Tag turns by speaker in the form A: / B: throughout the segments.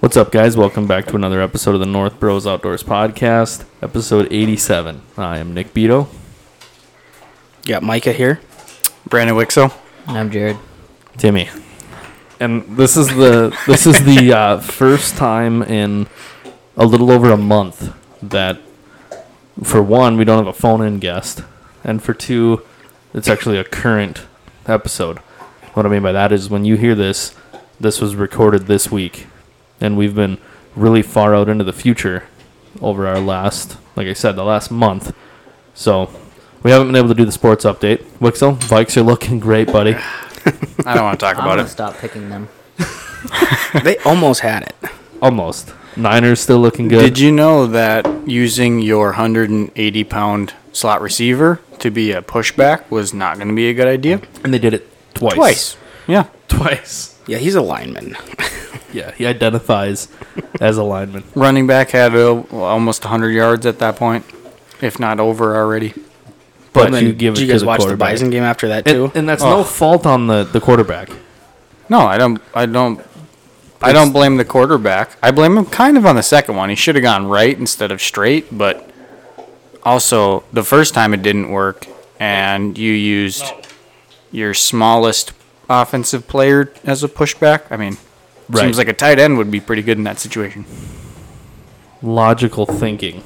A: What's up, guys? Welcome back to another episode of the North Bros Outdoors Podcast, episode 87. I am Nick Beto.
B: Got Micah here, Brandon Wixo.
C: I'm Jared.
A: Timmy. And this is the this is the uh, first time in a little over a month that for one we don't have a phone in guest, and for two, it's actually a current episode. What I mean by that is when you hear this, this was recorded this week, and we've been really far out into the future over our last, like I said, the last month. So we haven't been able to do the sports update. Wixel, Vikes are looking great, buddy.
B: I don't want to talk
C: I'm
B: about
C: gonna
B: it.
C: stop picking them.
B: They almost had it.
A: Almost. Niners still looking good.
B: Did you know that using your 180 pound slot receiver to be a pushback was not going to be a good idea?
A: And they did it twice.
B: Yeah.
A: Twice.
D: Yeah, he's a lineman.
A: Yeah, he identifies as a lineman.
B: Running back had uh, almost 100 yards at that point, if not over already.
A: But
D: And then
A: you give it
D: did you
A: to
D: guys
A: the
D: watch the
A: quarterback.
D: Bison game after that too?
A: And, and that's no
B: Oh.
A: fault on the, the quarterback.
B: No, I don't. I don't. I don't blame the quarterback. I blame him kind of on the second one. He should have gone right instead of straight, but also the first time it didn't work, and you used your smallest offensive player as a pushback. I mean,
A: Right.
B: seems like a tight end would be pretty good in that situation.
A: Logical thinking.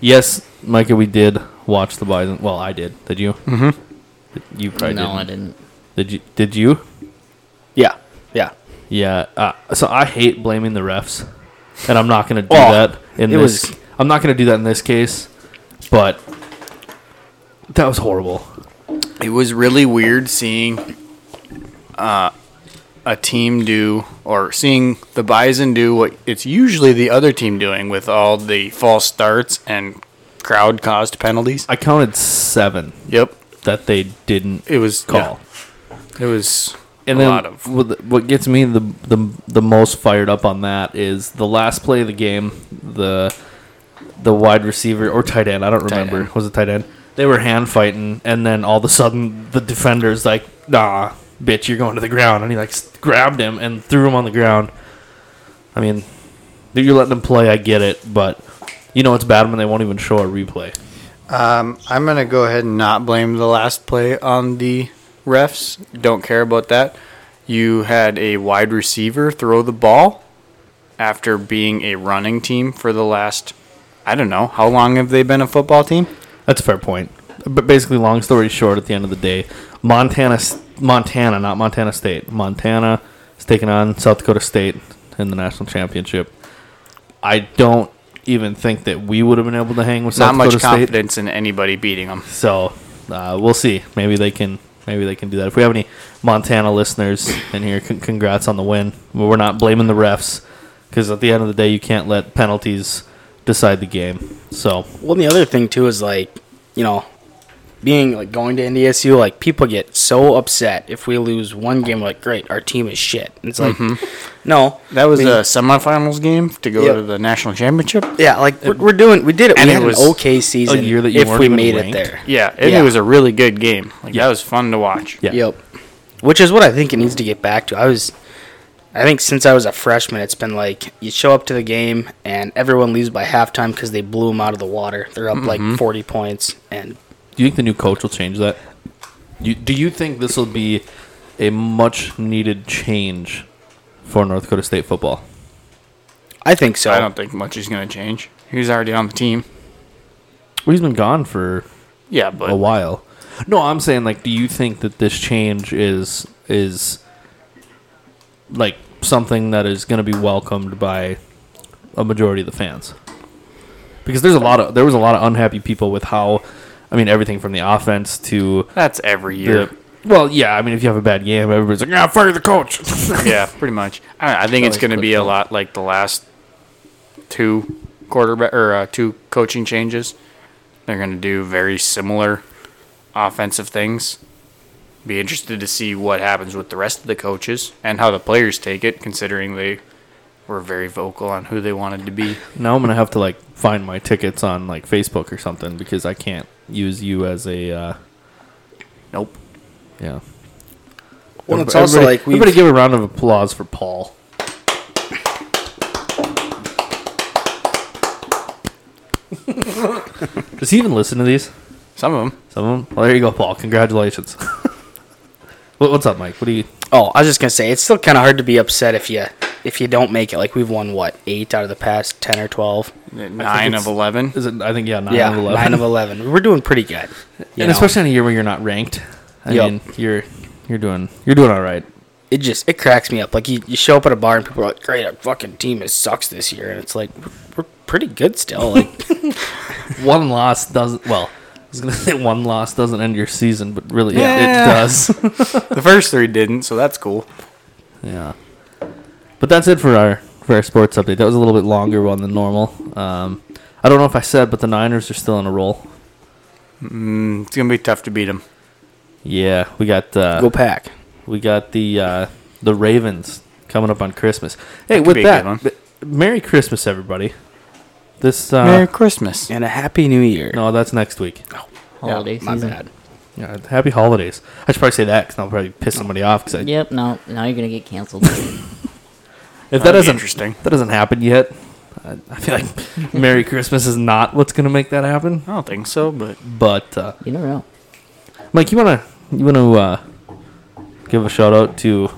A: Yes, Micah, we did watch the Bison. Well, I did. Did you? Mm-hmm. You probably
C: no,
A: didn't.
C: I didn't.
A: Did you? Did you?
D: yeah, yeah.
A: Yeah. Uh, so I hate blaming the refs, and I'm not going to do
D: Oh,
A: that in
D: it
A: this.
D: was-
A: I'm not going to do that in this case, but that was horrible.
B: It was really weird seeing uh, a team do or seeing the Bison do what it's usually the other team doing with all the false starts and crowd caused penalties.
A: I counted seven
B: Yep.
A: that they didn't
B: It was
A: call.
B: yeah, it was
A: And
B: a
A: then
B: lot of
A: what what gets me the, the the most fired up on that is the last play of the game, the the wide receiver or tight end, I don't remember.
B: end.
A: Was it tight end? They were hand fighting and then all of a sudden the defender's like, "Nah, bitch, you're going to the ground." And he like s- grabbed him and threw him on the ground. I mean, dude, you're letting him play, I get it, but you know it's bad when they won't even show a replay.
B: Um, I'm gonna go ahead and not blame the last play on the refs. Don't care about that. You had a wide receiver throw the ball after being a running team for the last, I don't know, how long have they been a football team?
A: That's a fair point. But basically, long story short, at the end of the day, Montana, Montana, not Montana State, Montana is taking on South Dakota State in the national championship. I don't even think that we would have been able to hang with South
B: Not much
A: Dakota State.
B: confidence in anybody beating them.
A: So uh, we'll see. Maybe they can. Maybe they can do that. If we have any Montana listeners in here, con- congrats on the win. We're not blaming the refs because at the end of the day, you can't let penalties decide the game. So
D: Well, and the other thing too is like, you know, being like going to NDSU, like people get so upset if we lose one game. Like, great, our team is shit. And it's like, no,
B: Mm-hmm. That was
D: I mean,
B: a semifinals game to go
D: Yep.
B: to the national championship.
D: yeah. Like we're, we're doing, we did it.
B: And
D: we
B: it
D: had
B: was
D: an okay season.
A: a year that you
D: if
A: weren't
D: we
A: even
D: made
A: ranked.
D: it there.
B: Yeah, and
D: Yeah.
B: it was a really good game. Like that was fun to watch.
A: yeah,
D: Yep. Which is what I think it needs to get back to. I was, I think since I was a freshman, it's been like you show up to the game and everyone leaves by halftime because they blew them out of the water. They're up
B: Mm-hmm.
D: like 40 points. And
A: Do you think the new coach will change that? You, do you think this will be a much needed change for North Dakota State football?
D: I think so.
B: I don't think much is gonna change. He was already on the team.
A: Well, he's been gone for
B: Yeah, but
A: a while. No, I'm saying like, do you think that this change is is like something that is going to be welcomed by a majority of the fans? Because there's a lot of there was a lot of unhappy people with how, I mean, everything from the offense to
B: that's every year.
A: the. Well, yeah, I mean, if you have a bad game, everybody's like, "Yeah, fire the coach."
B: yeah, pretty much. I, don't know, I think it's going to be a lot like the last two quarterback or uh, two coaching changes. They're going to do very similar offensive things. Be interested to see what happens with the rest of the coaches and how the players take it, considering they were very vocal on who they wanted to be.
A: Now I'm gonna have to like find my tickets on like Facebook or something because I can't use you as a uh,
B: Nope.
A: yeah.
D: well, it's
A: Everybody-
D: also like we
A: everybody give a round of applause for Paul. Does he even listen to these?
B: Some of them.
A: Some of them. Well, there you go, Paul. Congratulations. what, what's up, Mike? What do you?
D: Oh, I was just gonna say it's still kind of hard to be upset if you if you don't make it. Like we've won what eight out of the past ten or twelve.
B: Nine of
A: it's-
B: eleven.
A: Is it? I think yeah, nine
D: yeah,
A: of eleven.
D: nine of eleven. We're doing pretty good. you
A: and
D: know.
A: especially in a year where you're not ranked. I
D: Yep.
A: mean, you're you're doing you're doing all right.
D: it just it cracks me up. Like you, you show up at a bar and people are like, "Great, our fucking team is sucks this year," and it's like we're, we're pretty good still. Like
A: One loss doesn't. Well, I was gonna say one loss doesn't end your season, but really it-
B: Yeah.
A: it does.
B: The first three didn't, so that's cool.
A: Yeah. But that's it for our for our sports update. That was a little bit longer one than normal. Um, I don't know if I said, but the Niners are still on a roll.
B: It's gonna be tough to beat them.
A: Yeah, we got uh,
D: go pack.
A: we got the uh, the Ravens coming up on Christmas. Hey,
B: could
A: with
B: be a
A: that,
B: good one.
A: m- Merry Christmas, everybody. This uh,
B: Merry Christmas.
D: And a happy new year.
A: no, that's next week.
C: Holiday
D: my
C: season.
D: bad.
A: Yeah, happy holidays. I should probably say that because I'll probably piss somebody off. Cause I,
C: Yep. No. Now you're gonna get canceled.
A: if that
B: That'd be
A: doesn't
B: interesting.
A: that doesn't happen yet, I, I feel like Merry Christmas is not what's gonna make that happen.
B: I don't think so, but
A: But uh,
C: you never know.
A: Mike, you wanna you wanna uh, give a shout out to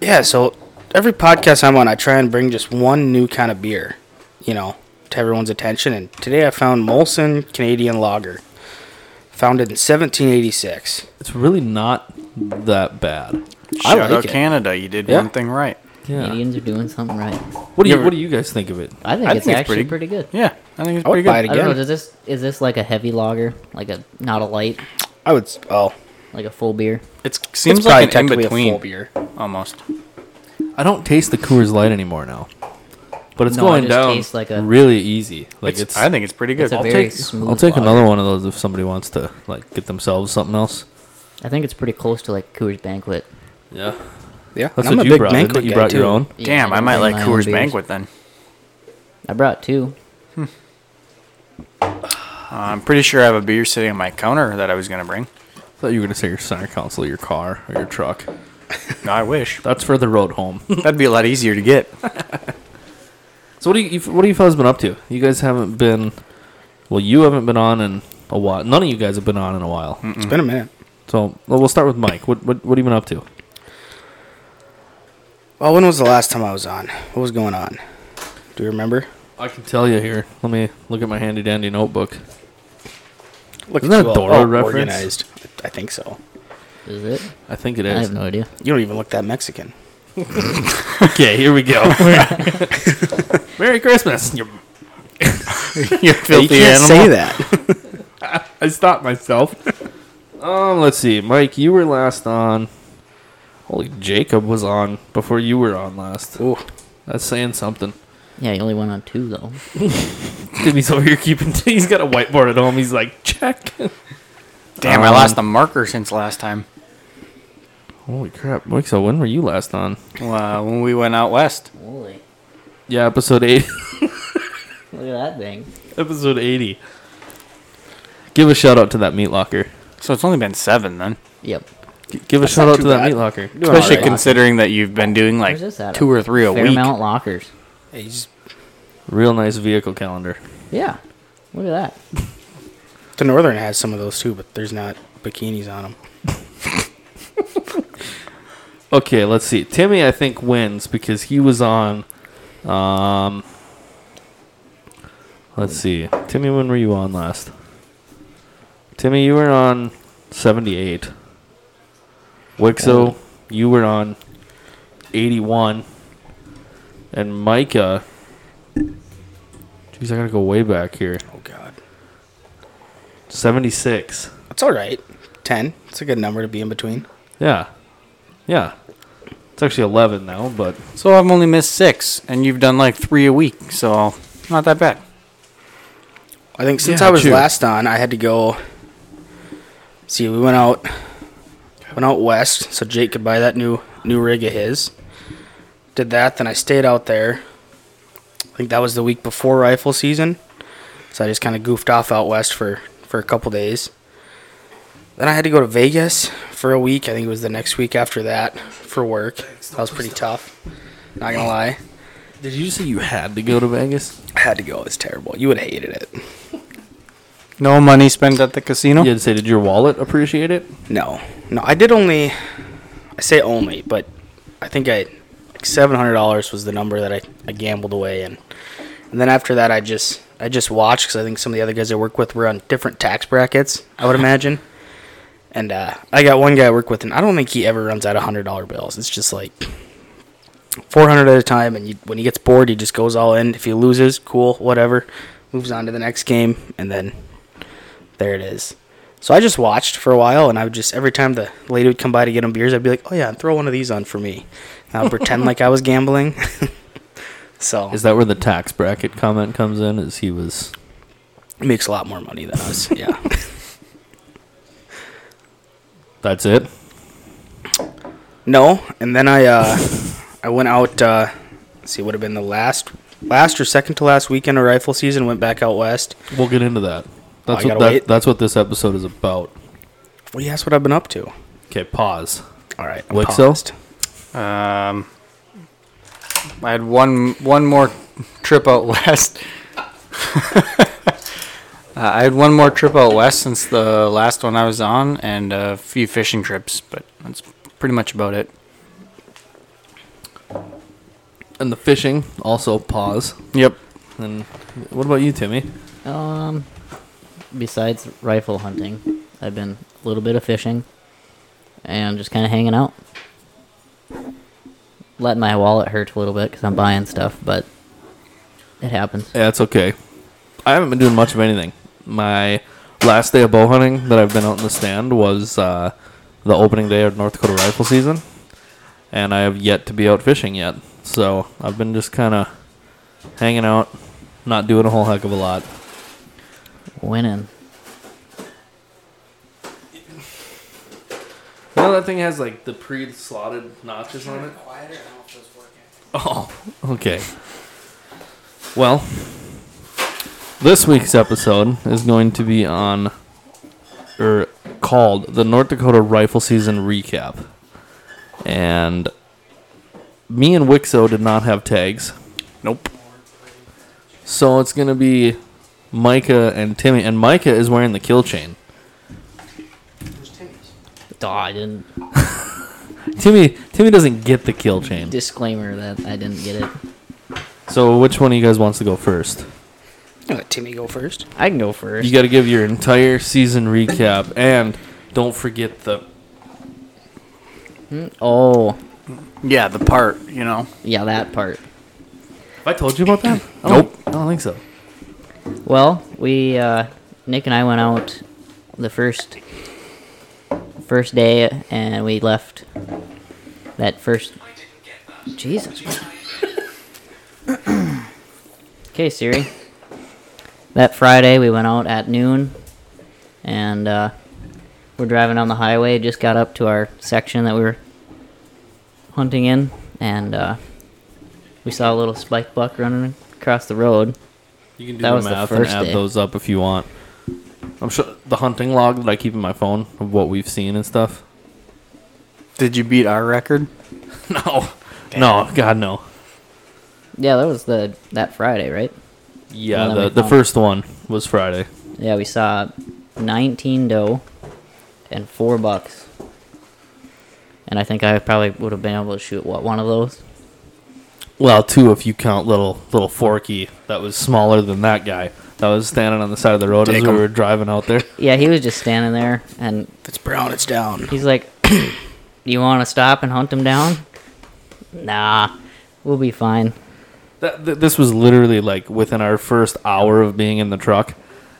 D: Yeah, so every podcast I'm on, I try and bring just one new kind of beer, you know, to everyone's attention. And today I found Molson Canadian Lager, founded in 1786.
A: it's really not that bad.
B: shout
D: like
B: out
D: it.
B: Canada. You did
A: Yeah.
B: one thing right.
A: Yeah.
C: Canadians are doing something right.
A: What do you
B: You ever-
A: What do you guys think of it?
C: I think
B: I
C: it's
B: think it's
C: actually pretty,
B: pretty-
C: good.
B: Yeah, I think it's
D: I would
B: pretty
D: buy it
B: good.
C: I don't know.
D: again.
C: Does this is this like a heavy lager, like a not a light,
D: I would, s- oh,
C: like a full beer?
B: It
D: it's
B: seems
D: probably
B: like an in
D: technically a full
B: between
D: beer.
B: almost.
A: I don't taste the Coors Light anymore now, but it's
C: No, I
A: going
C: just
A: down
C: taste like a-
A: really easy. Like
B: It's,
A: it's.
B: I think it's pretty good.
C: It's a
B: I'll
C: very
B: take-
C: smooth.
A: I'll take
C: lager.
A: another one of those if somebody wants to like get themselves something else.
C: I think it's pretty close to like Coors Banquet.
A: Yeah,
D: Yeah,
A: that's
D: and
A: what you brought. didn't it? you
D: guy,
A: brought your
D: too.
A: own.
C: Yeah,
B: Damn, I
C: don't
B: might
C: bring
B: like
C: my own
B: Coors
C: beers.
B: Banquet then.
C: I brought two.
B: Uh, I'm pretty sure I have a beer sitting on my counter that I was gonna bring.
A: I thought you were gonna say your center console, your car, or your truck.
B: I wish
A: That's for the road home.
B: that'd be a lot easier to get.
A: so what do you you- what do you fellas been up to? You guys haven't been. Well, you haven't been on in a while. None of you guys have been on in a while.
D: It's been a minute.
A: So well, we'll start with Mike. What what what have you been up to?
D: Well, when was the last time I was on? What was going on? Do you remember?
A: I can tell you here. Let me look at my handy dandy notebook.
D: Look
A: Isn't that
D: you
A: a
D: all-
A: Dora
D: all
A: reference?
D: Organized. I think so.
C: Is it?
A: I think it
C: I
A: is.
C: have no idea.
D: You don't even look that Mexican.
A: Okay, here we go. Merry Christmas. you-
B: you
D: You
B: filthy
D: can't
B: animal.
D: say that.
A: I stopped myself. um, let's see, Mike. You were last on. Holy Jacob was on before you were on last.
D: Ooh,
A: That's saying something.
C: Yeah, you only went on two though.
A: Dude, he's over here keeping. he's got a whiteboard at home. He's like, check.
B: Damn, I
A: Um,
B: lost the marker since last time.
A: Holy crap, Mike. So when were you last on?
B: Uh, when we went out west.
C: Holy,
A: Yeah, episode eight.
C: look at that thing.
A: episode eighty. Give a shout out to that meat locker.
B: So it's only been seven then.
C: Yep.
A: G- give a
D: That's
A: shout
D: not
A: out
D: too
A: to that
D: bad.
A: meat locker.
D: Doing
B: Especially
D: alright.
B: considering that you've been doing like
C: Where's this at?
B: two or three a week.
C: Fairmount Lockers.
D: Hey, he's-
A: Real nice vehicle calendar.
C: Yeah. Look at that.
D: the Northern has some of those too, but there's not bikinis on them.
A: Okay, let's see. Timmy, I think wins because he was on. Um, let's see. Timmy, when were you on last? Timmy, you were on seventy-eight. Wixo, you were on eighty-one, and Micah. Jeez, I gotta go way back here.
D: Oh God,
A: Seventy-six.
D: that's all right. Ten. It's a good number to be in between.
A: Yeah, yeah. It's actually eleven now, but
B: So I've only missed six, and you've done like three a week. So not that bad.
D: I think since
A: Yeah,
D: I was
A: true.
D: last on, I had to go. See, we went out, went out west, so Jake could buy that new new rig of his. Did that, then I stayed out there. I think that was the week before rifle season, so I just kind of goofed off out west for for a couple days. Then I had to go to Vegas for a week. I think it was the next week after that for work. That was pretty tough. Not gonna lie.
A: did you say you had to go to Vegas?
D: I had to go. It's terrible. You would have hated it.
B: No money spent at the casino.
A: You had to say, did your wallet appreciate it?
D: No, no, I did only. I say only, but I think I like seven hundred dollars was the number that I, I gambled away, and and then after that I just I just watched because I think some of the other guys I work with were on different tax brackets. I would imagine, and uh, I got one guy I work with, and I don't think he ever runs out of hundred dollar bills. It's just like four hundred at a time, and you, when he gets bored, he just goes all in. If he loses, cool, whatever, moves on to the next game, and then there it is. So I just watched for a while, and I would just every time the lady would come by to get him beers, I'd be like, "Oh yeah, and throw one of these on for me." And I'll pretend like I was gambling. so
A: Is that where the tax bracket comment comes in? Is he was
D: it makes a lot more money than us. Yeah,
A: that's it?
D: no. And then I uh, I went out. Uh, let's see, would have been the last last or second to last weekend of rifle season. Went back out west.
A: We'll get into that. That's what
D: I gotta
A: that,
D: wait?
A: that's what this episode is about.
D: Well, yeah, that's what I've been up to.
A: Okay, pause.
D: All right, I
A: Like so?
D: paused.
B: Um, I had one one more trip out west. uh, I had one more trip out west since the last one I was on, and a few fishing trips, but that's pretty much about it.
A: And the fishing also pause.
B: Yep.
A: And what about you, Timmy?
C: Um, besides rifle hunting, I've been a little bit of fishing, and just kind of hanging out, letting my wallet hurt a little bit because I'm buying stuff, but it happens.
A: Yeah, it's okay. I haven't been doing much of anything. My last day of bow hunting that I've been out in the stand was uh, the opening day of North Dakota rifle season, and I have yet to be out fishing yet. So I've been just kind of hanging out, not doing a whole heck of a lot.
C: Winning.
A: You know that thing has like the pre-slotted notches on it. Oh, okay. Well, this week's episode is going to be on, or called the North Dakota Rifle Season Recap, and me and Wixo did not have tags,
B: Nope.
A: so it's gonna be Micah and Timmy, and Micah is wearing the kill chain.
C: Duh, I didn't.
A: Timmy, Timmy doesn't get the kill chain.
C: Disclaimer that I didn't get it.
A: So which one of you guys wants to go first?
D: I'll Let Timmy go first.
C: I can go first.
A: You got to give your entire season recap, and don't forget the.
C: oh,
B: Yeah, the part, you know.
C: yeah, that part.
A: Have I told you about that? I don't-
B: Nope.
A: I don't think so.
C: Well, we uh, Nick and I went out the first first day, and we left that first. Jesus. okay, Siri. That Friday we went out at noon, and uh, we're driving down the highway. Just got up to our section that we were hunting in, and uh, we saw a little spike buck running across the road.
A: You can do
C: That
A: the
C: was the
A: math and
C: first
A: add
C: day.
A: those up if you want. I'm sure the hunting log that I keep in my phone of what we've seen and stuff.
B: Did you beat our record?
A: No, no, God, no.
C: Yeah, that was the that Friday, right?
A: Yeah,
C: Well, that
A: the
C: we
A: the
C: found-
A: first one was Friday.
C: Yeah, we saw 19 doe and four bucks. And I think I probably would have been able to shoot what one of those.
A: Well, two if you count little little Forky that was smaller than that guy that was standing on the side of the road as
B: Take
A: we
B: 'em.
A: were driving out there.
C: Yeah, he was just standing there, and
D: If it's brown, it's down.
C: he's like, "You want to stop and hunt him down?" Nah, we'll be fine.
A: That, th- this was literally like within our first hour of being in the truck,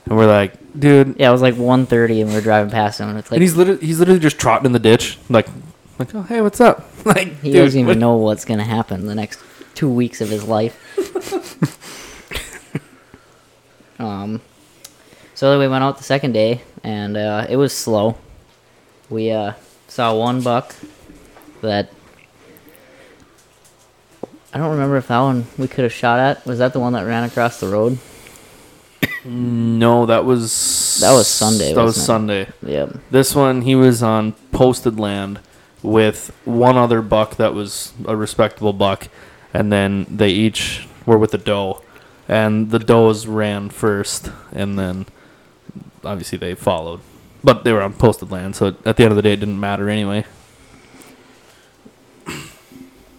A: and we're like, dude,
C: Yeah, it was like 1:30, and we were driving past him, and it's like
A: and he's literally he's literally just trotting in the ditch, like, like, oh hey, what's up? Like,
C: he
A: dude,
C: doesn't even
A: what-
C: know what's gonna happen the next two weeks of his life. um, so then we went out the second day, and uh, it was slow. We uh, saw one buck that I don't remember if that one we could have shot at. Was that the one that ran across the road?
A: No, that was
C: That was Sunday,
A: That was
C: wasn't it?
A: Sunday.
C: Yep.
A: This one he was on posted land with one other buck that was a respectable buck, and then they each were with a doe. and the Does ran first, and then obviously they followed. But they were on posted land, so at the end of the day, it didn't matter anyway.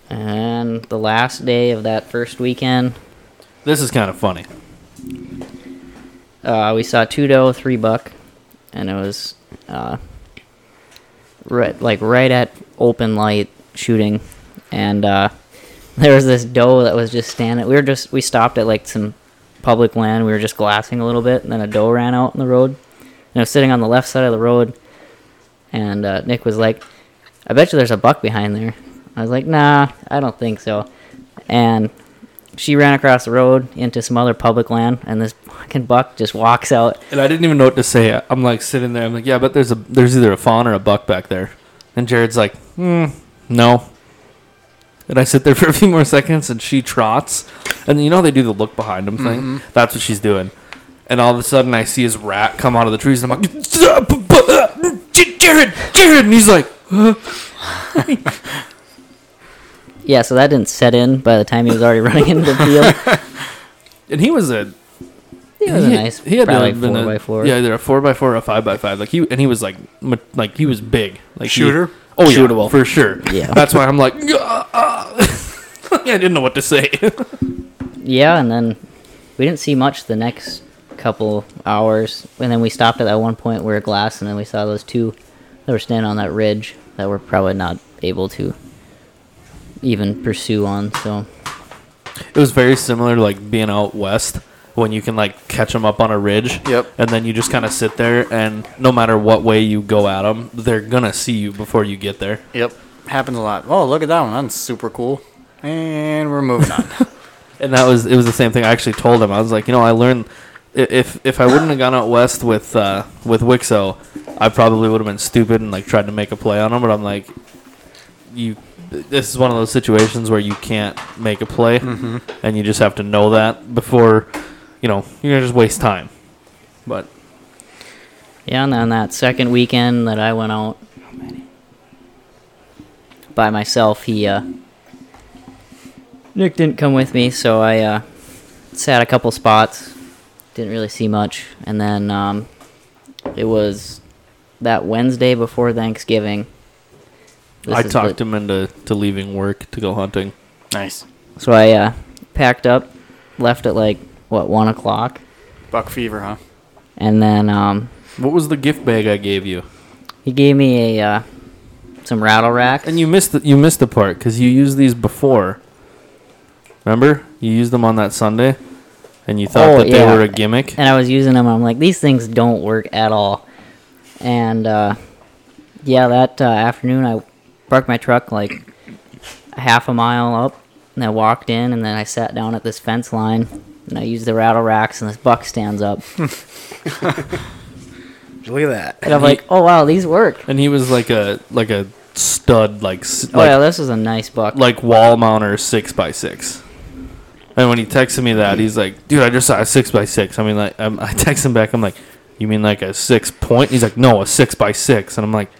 C: And the last day of that first weekend,
A: This is kind of funny.
C: uh, we saw two doe, three buck, and it was uh, right like right at open light shooting, and uh, there was this doe that was just standing. We were just we stopped at like some public land. We were just glassing a little bit, and then a doe ran out on the road, and it was sitting on the left side of the road, and uh, Nick was like, "I bet you there's a buck behind there." I was like, "Nah, I don't think so," and she ran across the road into some other public land, and this fucking buck just walks out.
A: And I didn't even know what to say. I'm like sitting there. I'm like, yeah, but there's a there's either a fawn or a buck back there. And Jared's like, hmm, no. And I sit there for a few more seconds, and she trots. And you know how they do the look behind them thing. That's what she's doing. And all of a sudden, I see his rat come out of the trees, and I'm like, uh, Jared, Jared, and he's like, huh?
C: Yeah, so that didn't set in by the time he was already running into the field.
A: and he was a
C: It was a nice,
A: he had to
C: probably
A: have been
C: four
A: a-
C: by four.
A: Yeah, either a four by four or a five by five. Like he and he was like ma- like he was big. Like he-
B: Shooter?
A: oh, shootable for sure.
C: Yeah.
A: that's why I'm like, "Gah, ah." I didn't know what to say.
C: Yeah, and then we didn't see much the next couple hours, and then we stopped at that one point where glass, and then we saw those two that were standing on that ridge that we're probably not able to even pursue on. So
A: it was very similar to like being out west when you can like catch them up on a ridge.
B: Yep.
A: And then you just kind of sit there, and no matter what way you go at them, they're gonna see you before you get there.
B: Yep. Happens a lot. Oh, look at that one. That's super cool. And we're moving on.
A: and that was it was the same thing. I actually told him I was like, you know, I learned i- if if I wouldn't have gone out west with uh, with Wixo, I probably would have been stupid and like tried to make a play on him. But I'm like, you, this is one of those situations where you can't make a play, and you just have to know that before, you know, you're gonna just waste time. But
C: Yeah, and then that second weekend that I went out by myself, he uh Nick didn't come with me, so I uh sat a couple spots, didn't really see much, and then um it was that Wednesday before Thanksgiving. This
A: I
C: is
A: talked
C: the-
A: him into to leaving work to go hunting.
B: nice.
C: So I uh packed up, left at like what, one o'clock?
B: Buck fever, huh?
C: And then um
A: What was the gift bag I gave you?
C: he gave me a uh some rattle racks.
A: And you missed the, you missed the part because you used these before. Remember, you used them on that Sunday, and you thought
C: Oh,
A: that
C: yeah.
A: they were a gimmick.
C: and I was using them. I'm like, these things don't work at all. And uh, yeah, that uh, afternoon I parked my truck like a half a mile up, and I walked in, and then I sat down at this fence line, and I used the rattle racks, and this buck stands up,
D: Look at that.
C: and I'm like, oh wow, these work.
A: And he was like a like a stud, like s-
C: Oh
A: like,
C: yeah, this is a nice buck.
A: like wall mounter six by six. And when he texted me that, he's like, "Dude, I just saw a six by six. I mean, like, I'm, I text him back. I'm like, "You mean like a six point?" He's like, "No, a six by six. And I'm like,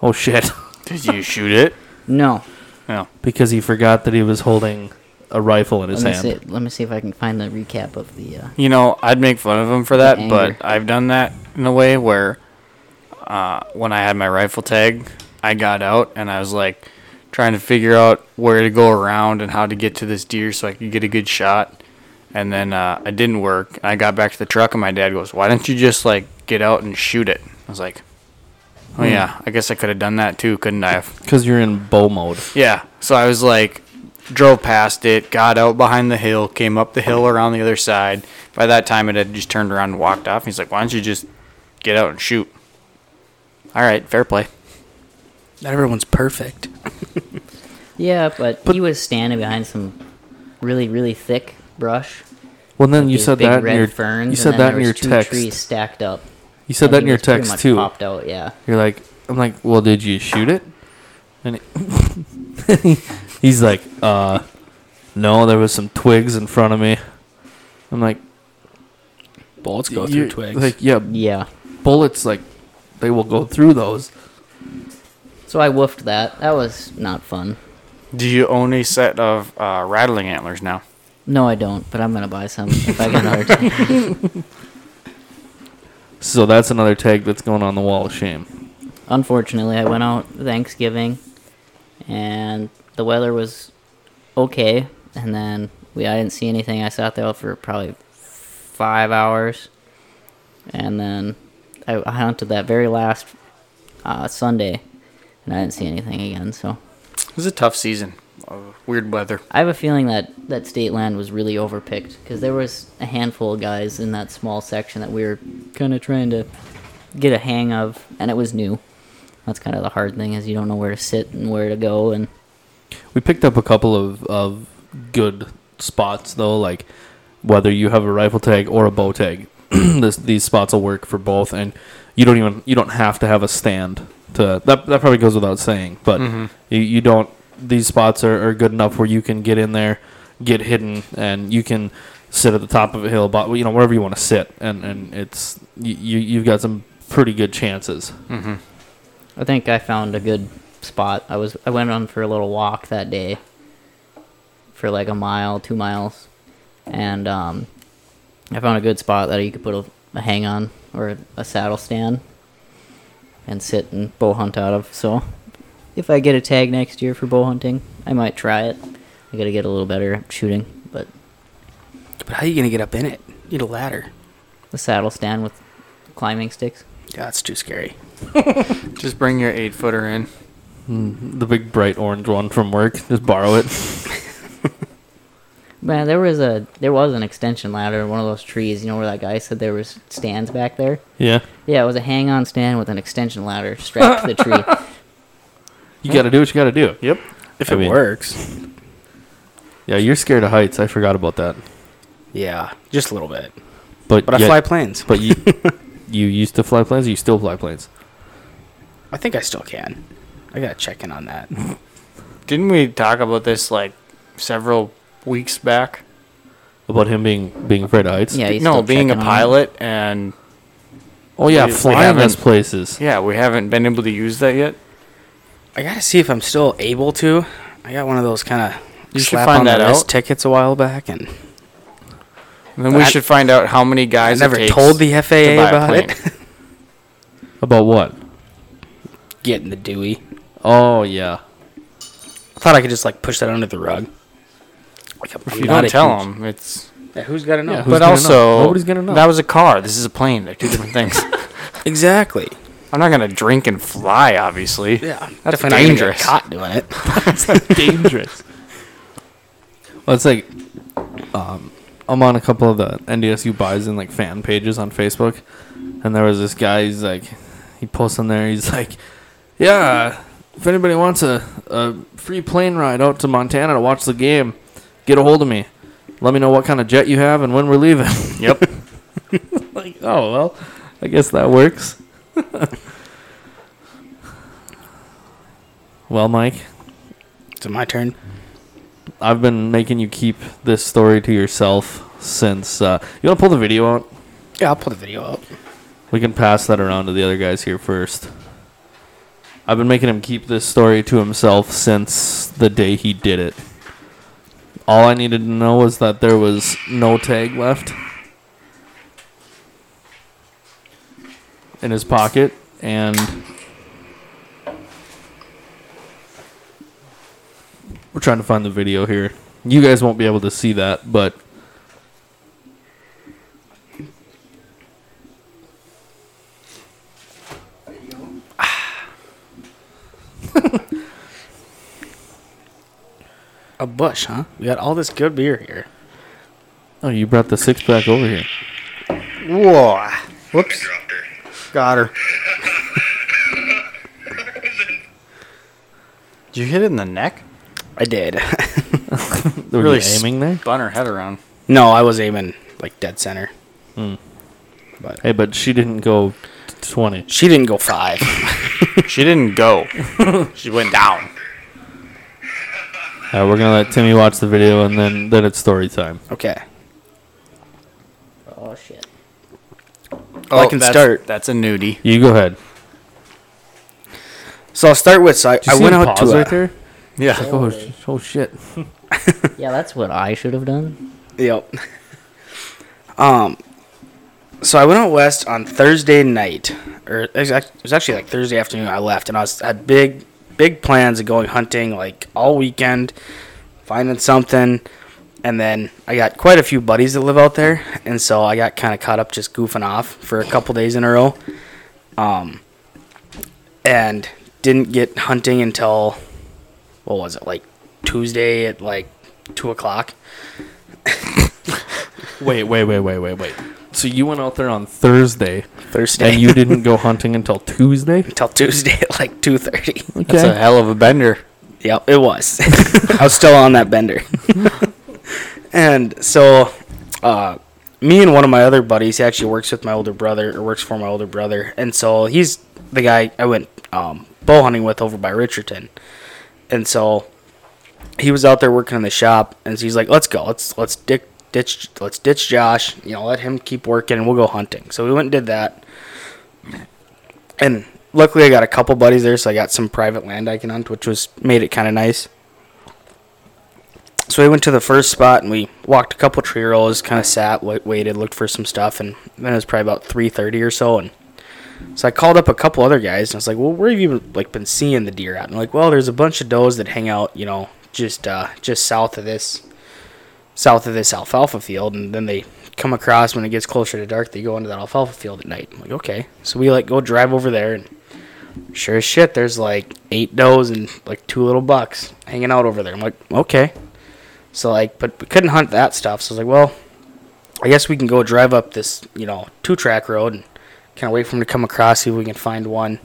A: "Oh shit,"
B: Did you shoot it?
C: no,
B: No.
A: because he forgot that he was holding a rifle in his
C: let me
A: hand.
C: see. Let me see if I can find the recap of the. Uh,
B: You know, I'd make fun of him for that,
C: anger.
B: but I've done that in a way where uh, when I had my rifle tag, I got out and I was like trying to figure out where to go around and how to get to this deer so I could get a good shot. And then uh, it didn't work. I got back to the truck and my dad goes, Why don't you just like get out and shoot it? I was like, Oh, yeah, I guess I could have done that too, couldn't I have?
A: Because you're in bow mode.
B: Yeah. So I was like, drove past it, got out behind the hill, came up the hill around the other side. By that time, it had just turned around and walked off. He's like, why don't you just get out and shoot? All right, fair play.
D: Not everyone's perfect.
C: yeah, but, he was standing behind some really really thick brush.
A: Well, then you
C: these
A: said
C: big
A: that
C: red
A: in your
C: ferns.
A: you
C: and
A: said
C: then
A: that
C: there
A: in
C: was
A: your
C: two
A: text.
C: Trees stacked up.
A: You said
C: And
A: that
C: he
A: in your
C: was pretty
A: text
C: much
A: too.
C: Popped out, yeah.
A: You're like, I'm like, well, did you shoot it? And he- he's like, uh, no, there was some twigs in front of me. I'm like,
D: Bullets go
A: "You're-"
D: through twigs.
A: Like, yeah,
C: Yeah.
A: bullets, like, they will go through those.
C: So I woofed that. That was not fun.
B: Do you own a set of uh, rattling antlers now?
C: No, I don't, but I'm gonna buy some if I get another time.
A: So that's another tag that's going on the wall of shame.
C: Unfortunately, I went out Thanksgiving, and the weather was okay. And then we, I didn't see anything. I sat there for probably five hours, and then I, I hunted that very last uh, Sunday, and I didn't see anything again. So
B: It was a tough season. of Uh, Weird weather.
C: I have a feeling that that state land was really overpicked because there was a handful of guys in that small section that we were kind of trying to get a hang of, and it was new. That's kind of the hard thing is you don't know where to sit and where to go, and
A: We picked up a couple of, of good spots though, like whether you have a rifle tag or a bow tag, this, these spots will work for both, and you don't even you don't have to have a stand to that. That probably goes without saying, but you, you don't. These spots are, are good enough where you can get in there, get hidden, and you can sit at the top of a hill, but you know wherever you want to sit, and and it's you you- you've got some pretty good chances.
C: I think I found a good spot. I was I went on for a little walk that day for like a mile, two miles, and um, I found a good spot that you could put a, a hang on or a saddle stand and sit and bow hunt out of. So if I get a tag next year for bow hunting, I might try it. I got to get a little better at shooting, but
D: But how are you gonna get up in it? You need a ladder.
C: the saddle stand with climbing sticks.
D: Yeah, that's too scary.
B: Just bring your eight footer in.
A: The big bright orange one from work, just borrow it.
C: Man, there was a there was an extension ladder in one of those trees. You know where that guy said there was stands back there.
A: yeah,
C: Yeah, it was a hang-on stand with an extension ladder strapped to the tree.
A: you got to do what you got to do.
B: Yep.
D: If
A: I
D: it
A: mean-
D: works.
A: Yeah, you're scared of heights. I forgot about that.
D: Yeah, just a little bit.
A: But
D: But
A: yet-
D: I fly planes.
A: But you you used to fly planes. Or you still fly planes.
D: I think I still can. I gotta check in on that.
B: Didn't we talk about this like several weeks back?
A: About him being being afraid of heights.
C: Yeah, he's
B: no,
C: still
B: being a
C: checking on it.
B: pilot and
A: Oh yeah,
B: We- we
A: flying us
B: haven't-
A: places.
B: yeah, we haven't been able to use that yet.
D: I gotta see if I'm still able to. I got one of those kind
B: You
D: of
B: should
D: slap
B: find
D: on
B: that
D: the wrist
B: out.
D: tickets a while back, and
B: And then we
D: I-
B: should find out how many
D: I
B: guys it
D: never
B: takes
D: told the
B: to
D: FAA
B: buy a
D: about it.
B: plane.
A: About what?
D: Getting the Dewey.
A: Oh yeah.
D: I thought I could just like push that under the rug. Like,
B: If you don't tell them, it's.
D: Yeah, who's gotta know?
A: Yeah, who's
B: But
A: gonna
B: also,
A: know? Nobody's gonna know.
B: That was a car. This is a plane. They're two different things.
D: Exactly.
B: I'm not gonna drink and fly, obviously.
D: Yeah, definitely not
B: that's
D: gonna get
B: dangerous.
D: Caught doing it.
A: dangerous. Well, it's like, um, I'm on a couple of the NDSU buys and like fan pages on Facebook, and there was this guy. He's like, he posts on there. He's like, yeah, if anybody wants a, a free plane ride out to Montana to watch the game, get a hold of me. Let me know what kind of jet you have and when we're leaving.
B: Yep.
A: like, oh well, I guess that works. well, Mike.
D: It's my turn.
A: I've been making you keep this story to yourself since. Uh, you want to pull the video out?
D: Yeah, I'll pull the video up.
A: We can pass that around to the other guys here first. I've been making him keep this story to himself since the day he did it. All I needed to know was that there was no tag left in his pocket, and we're trying to find the video here. You guys won't be able to see that, but
D: A bush, huh? We got all this good beer here.
A: oh, you brought the six pack over here.
B: Whoa. Whoops. Got her. Did you hit it in the neck?
D: I did.
A: Were
B: Really
A: you aiming there?
B: Spun her head around.
D: no, I was aiming like dead center.
A: Hey, but she didn't go t- 20.
D: She didn't go five.
B: She didn't go. she went down.
A: Uh, we're gonna let Timmy watch the video, and then then it's story time.
D: okay.
C: Oh shit!
D: I can
B: Oh, that's,
D: start.
B: That's a nudie.
A: You go ahead.
D: So I'll start with. So I, I went
A: him
D: out to.
A: pause
D: a-
A: right there.
B: Yeah.
A: Oh, sh- oh shit!
C: Yeah, that's what I should have done.
D: Yep. Um, so I went out west on Thursday night, or it was act- it was actually like Thursday afternoon. I left, and I was, had big, big plans of going hunting like all weekend, finding something, and then I got quite a few buddies that live out there, and so I got kind of caught up just goofing off for a couple days in a row, um, and didn't get hunting until what was it like Tuesday at like two o'clock.
A: Wait, wait, wait, wait, wait, wait. So you went out there on Thursday,
D: Thursday
A: and you didn't go hunting until Tuesday.
D: until Tuesday at like two thirty.
B: That's a hell of a bender.
D: Yep, it was. I was still on that bender. and so, uh, me and one of my other buddies, he actually works with my older brother, or works for my older brother. And so he's the guy I went um, bow hunting with over by Richardson. And so he was out there working in the shop, and so he's like, "Let's go. Let's let's dick, ditch. Let's ditch Josh. You know, let him keep working, and we'll go hunting." So we went and did that. And luckily, I got a couple buddies there, so I got some private land I can hunt, which was made it kind of nice. So we went to the first spot and we walked a couple tree rows, kind of sat, wait, waited, looked for some stuff, and then it was probably about three thirty or so, and so I called up a couple other guys and I was like, "Well, where have you been, like been seeing the deer at?" And they're like, "Well, there's a bunch of does that hang out, you know, just uh, just south of this, south of this alfalfa field, and then they come across when it gets closer to dark. They go into that alfalfa field at night." I'm like, "Okay," so we like go drive over there, and sure as shit, there's like eight does and like two little bucks hanging out over there. I'm like, "Okay," so like, but we couldn't hunt that stuff, so I was like, "Well, I guess we can go drive up this, you know, two track road and kind of wait for him to come across, see if we can find one.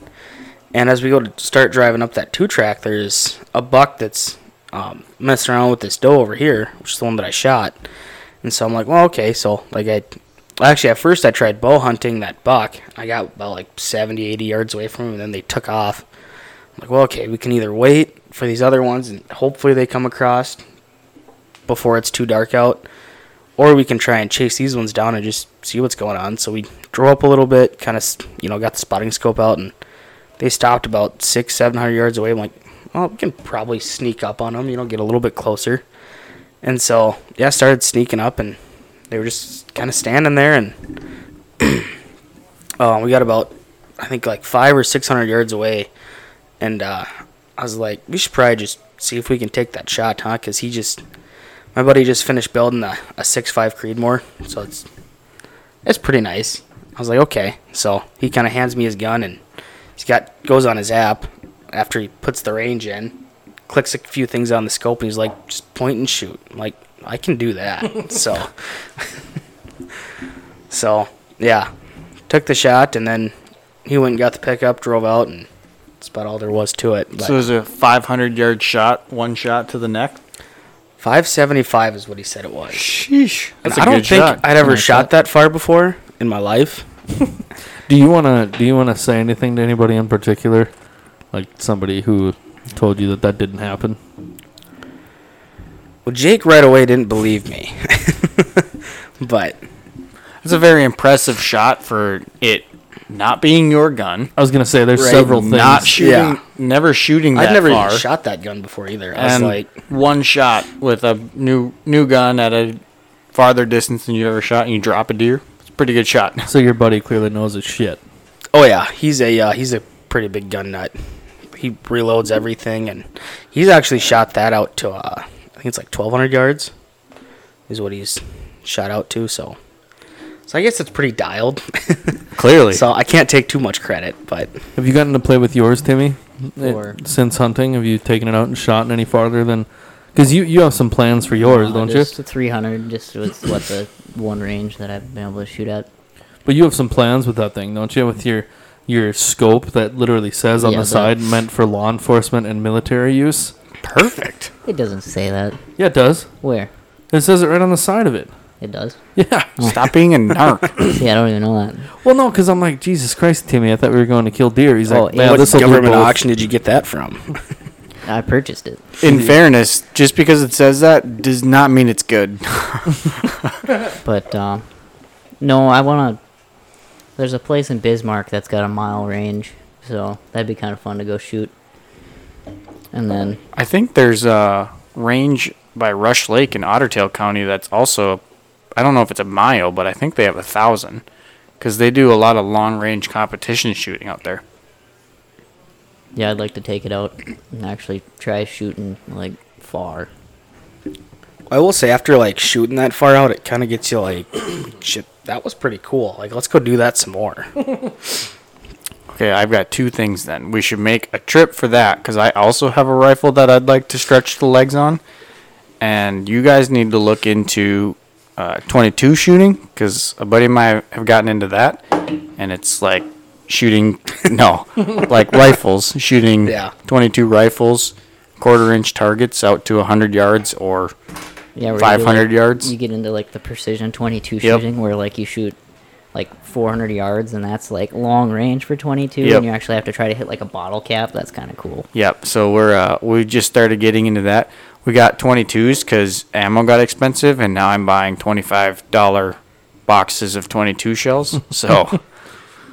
D: And as we go to start driving up that two track, there's a buck that's um, messing around with this doe over here, which is the one that I shot. And so I'm like, well, okay. So, like, I actually, at first, I tried bow hunting that buck. I got about like 70, 80 yards away from him, and then they took off. I'm like, well, okay, we can either wait for these other ones and hopefully they come across before it's too dark out, or we can try and chase these ones down and just see what's going on. So we drove up a little bit, kind of you know got the spotting scope out, and they stopped about six, seven hundred yards away. I'm like, well, we can probably sneak up on them, you know, get a little bit closer. And so yeah, I started sneaking up, and they were just kind of standing there, and uh, we got about I think like five or six hundred yards away, and uh, I was like, we should probably just see if we can take that shot, huh? Because he just my buddy just finished building a, a 6.5 Creedmoor, so it's it's pretty nice. I was like, okay. So he kind of hands me his gun and he's got goes on his app after he puts the range in, clicks a few things on the scope, and he's like, just point and shoot. I'm like I can do that. so so yeah, took the shot and then he went and got the pickup, drove out, and that's about all there was to it. But
B: So it was a 500 yard shot, one shot to the neck.
D: 575 is what he said it was.
B: Sheesh.
D: And
B: That's a
D: I don't
B: good
D: think
B: shot. Oh
D: I'd ever shot that far before in my life.
A: Do you wanna Do you wanna say anything to anybody in particular, like somebody who told you that that didn't happen?
D: Well, Jake right away didn't believe me, but
B: It's a very impressive shot for it not being your gun.
A: I was gonna say there's
D: Right,
A: several things.
B: Not shooting,
D: Yeah.
B: never shooting that
D: I'd never
B: far.
D: even shot that gun before either. I was
B: and
D: like,
B: one shot with a new new gun at a farther distance than you've ever shot, and you drop a deer. It's a pretty good shot.
A: so your buddy clearly knows his shit.
D: oh yeah, he's a uh, he's a pretty big gun nut. He reloads everything, and he's actually shot that out to uh, I think it's like 1,200 yards is what he's shot out to. So, so I guess it's pretty dialed.
B: Clearly,
D: so I can't take too much credit, but
A: Have you gotten to play with yours, Timmy? Eh,
C: Or-
A: since hunting, have you taken it out and shot any farther than? Because you you have some plans for yours,
C: Uh,
A: don't you?
C: just 300 just was what the one range that I've been able to shoot at.
A: But you have some plans with that thing, don't you? With your your scope that literally says on
C: Yeah,
A: the
C: but-
A: side meant for law enforcement and military use.
B: perfect.
C: It doesn't say that.
A: Yeah, it does.
C: Where?
A: It says it right on the side of it.
C: It does.
A: Yeah.
B: Stop being a narc.
C: See, I don't even know that.
A: Well, no, because I'm like Jesus Christ, Timmy. I thought we were going to kill deer. He's
C: Oh,
A: like,
C: yeah.
A: man,
D: what
A: this will
D: government auction did you get that from?
C: I purchased it.
B: In fairness, just because it says that does not mean it's good.
C: But um, no, I want to. There's a place in Bismarck that's got a mile range, so that'd be kind of fun to go shoot. And then
B: I think there's a range by Rush Lake in Ottertail County that's also a I don't know if it's a mile, but I think they have a thousand because they do a lot of long range competition shooting out there.
C: Yeah, I'd like to take it out and actually try shooting like far.
D: I will say, after like shooting that far out, it kind of gets you like, shit, that was pretty cool. Like, let's go do that some more.
B: Okay, I've got two things then. We should make a trip for that because I also have a rifle that I'd like to stretch the legs on. And you guys need to look into uh, 22 shooting because a buddy of mine have gotten into that. And it's like shooting, no, like rifles, shooting
D: Yeah.
B: 22 rifles, quarter inch targets out to 100 yards or
C: Yeah, where you do,
B: 500
C: like-
B: yards.
C: You get into like the precision 22
B: Yep.
C: shooting where like you shoot like 400 yards and that's like long range for 22
B: Yep.
C: and you actually have to try to hit like a bottle cap. That's kind of cool.
B: Yep. So we're uh, we just started getting into that. We got 22s because ammo got expensive, and now I'm buying $25 boxes of 22 shells. So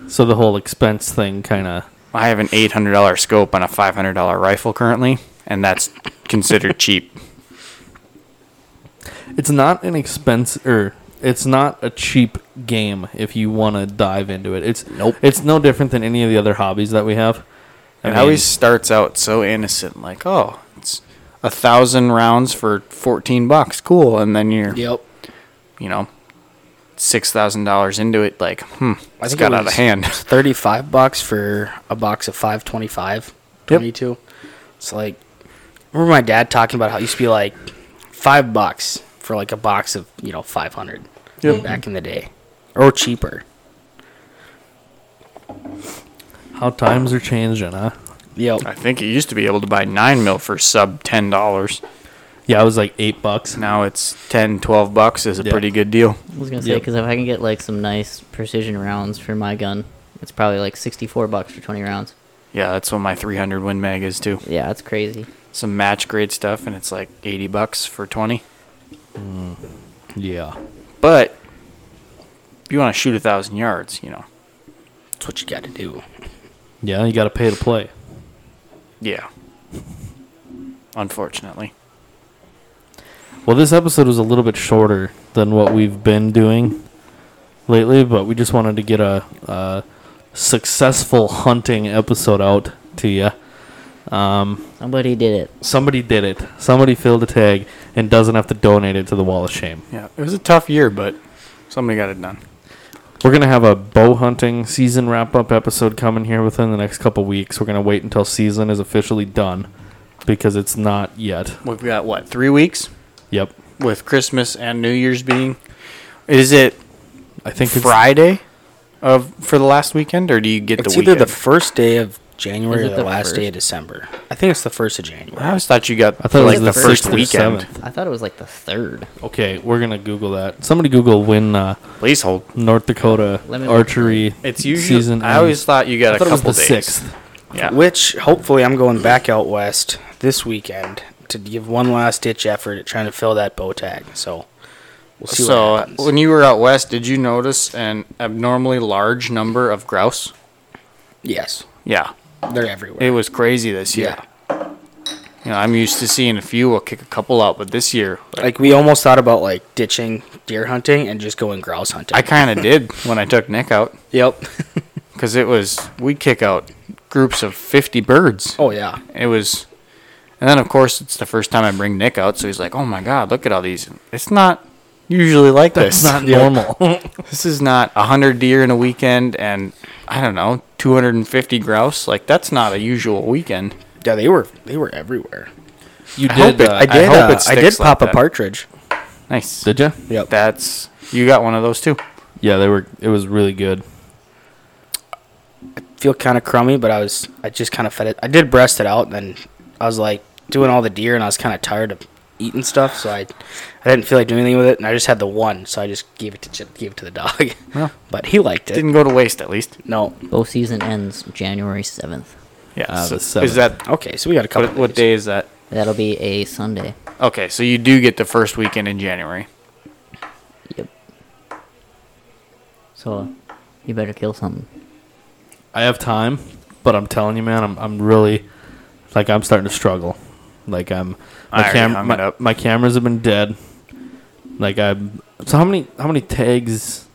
A: So the whole expense thing kind of
B: I have an $800 scope on a $500 rifle currently, and that's considered cheap.
A: it's not an expense or it's not a cheap game if you want to dive into it. It's
B: Nope.
A: It's no different than any of the other hobbies that we have. I
B: It
A: mean,
B: always starts out so innocent, like oh, it's a thousand rounds for 14 bucks, cool, and then you're
D: yep.
B: you know six thousand dollars into it, like
D: I
B: hmm, it's
D: think it
B: got out of
D: was
B: hand.
D: 35 bucks for a box of 525 22 it's like I remember my dad talking about how it used to be like five bucks for like a box of you know 500 back in the day or cheaper
A: how times are changing, huh?
D: yep
B: I think you used to be able to buy nine mil for sub ten dollars.
A: Yeah, it was like eight bucks.
B: Now it's 10, 12 bucks is a
A: Yeah.
B: pretty good deal.
C: I was going to say
A: Yep.
C: cuz if I can get like some nice precision rounds for my gun, it's probably like 64 bucks for 20 rounds.
B: Yeah, that's what my three hundred win mag is too.
C: Yeah, that's crazy.
B: Some match grade stuff, and it's like eighty bucks for twenty.
A: Yeah,
B: But if you want to shoot a thousand yards, you know,
D: that's what you got to do
A: yeah, you got to pay to play.
B: yeah. Unfortunately,
A: Well, this episode was a little bit shorter than what we've been doing lately, but we just wanted to get a, a successful hunting episode out to you.
C: Somebody did it.
A: Somebody did it. Somebody filled a tag and doesn't have to donate it to the wall of shame.
B: yeah, it was a tough year, but somebody got it done.
A: We're gonna have a bow hunting season wrap up episode coming here within the next couple weeks. We're gonna wait until season is officially done because it's not yet.
B: We've got what three weeks
A: Yep,
B: with Christmas and New Year's being. Is it
A: I think it's
B: Friday of for the last weekend, or do you get
D: it's
B: the
D: either
B: weekend?
D: the first day of january
C: Is
D: or
C: it
D: the,
C: the
D: last day
C: first?
D: of december i think it's the first of
B: I
D: january
B: always thought you got
A: I thought it was
B: like
A: the,
B: the first
A: sixth or
B: weekend.
A: seventh.
C: I thought it was like the 3rd.
A: Okay, we're gonna Google that. Somebody Google when uh,
B: Please hold.
A: North Dakota
C: Let me look.
A: archery
B: It's usually.
A: season.
B: I always thought you got
A: ends. I thought
B: a
A: it was
B: couple
A: the
B: days.
A: sixth.
B: Yeah.
D: which hopefully i'm going back out west this weekend to give one last ditch effort at trying to fill that bow tag so we'll see what
B: so uh,
D: happens.
B: when you were out west, did you notice an abnormally large number of grouse?
D: yes
B: Yeah,
D: They're everywhere.
B: it was crazy this year.
D: yeah.
B: You know, I'm used to seeing a few. We'll kick a couple out, but this year, like,
D: Like we almost thought about like ditching deer hunting and just going grouse hunting.
B: I kind of did when I took Nick out
D: yep.
B: because it was we kick out groups of 50 birds.
D: oh yeah.
B: It was, and then of course it's the first time I bring Nick out, so he's like, "Oh my God, look at all these!" It's not usually like
A: That's
B: this.
A: not normal.
B: This is not 100 deer in a weekend and I don't know, 250 grouse. Like that's not a usual weekend.
D: Yeah, they were they were everywhere.
A: you
B: I
A: did.
B: hope it-
A: uh,
D: I did. I,
B: hope
D: uh,
B: it
D: I
B: sticks
D: did
B: like
D: pop
B: that.
D: a partridge.
B: Nice.
A: did you?
D: Yep.
B: That's you got one of those too.
A: Yeah, they were. It was really good.
D: Feel kind of crummy, but I was I just kind of fed it. I did breast it out, and then I was like doing all the deer, and I was kind of tired of eating stuff, so I I didn't feel like doing anything with it, and I just had the one, so I just gave it to Chip, gave it to the dog.
B: Yeah.
D: but he liked it.
B: Didn't go to waste at least.
D: no.
C: Bow season ends January 7th.
B: Yeah.
A: Uh,
B: so
A: the seventh.
B: is that
D: Okay, so we got a couple.
B: what, what
D: days.
B: day is that?
C: That'll be a Sunday.
B: Okay, so you do get the first weekend in January.
C: Yep. So, you better kill something.
A: I have time, but I'm telling you, man, I'm I'm really like I'm starting to struggle. Like I'm my
B: I already
A: cam
B: hung it
A: my,
B: up.
A: my cameras have been dead. Like I, so how many how many tags?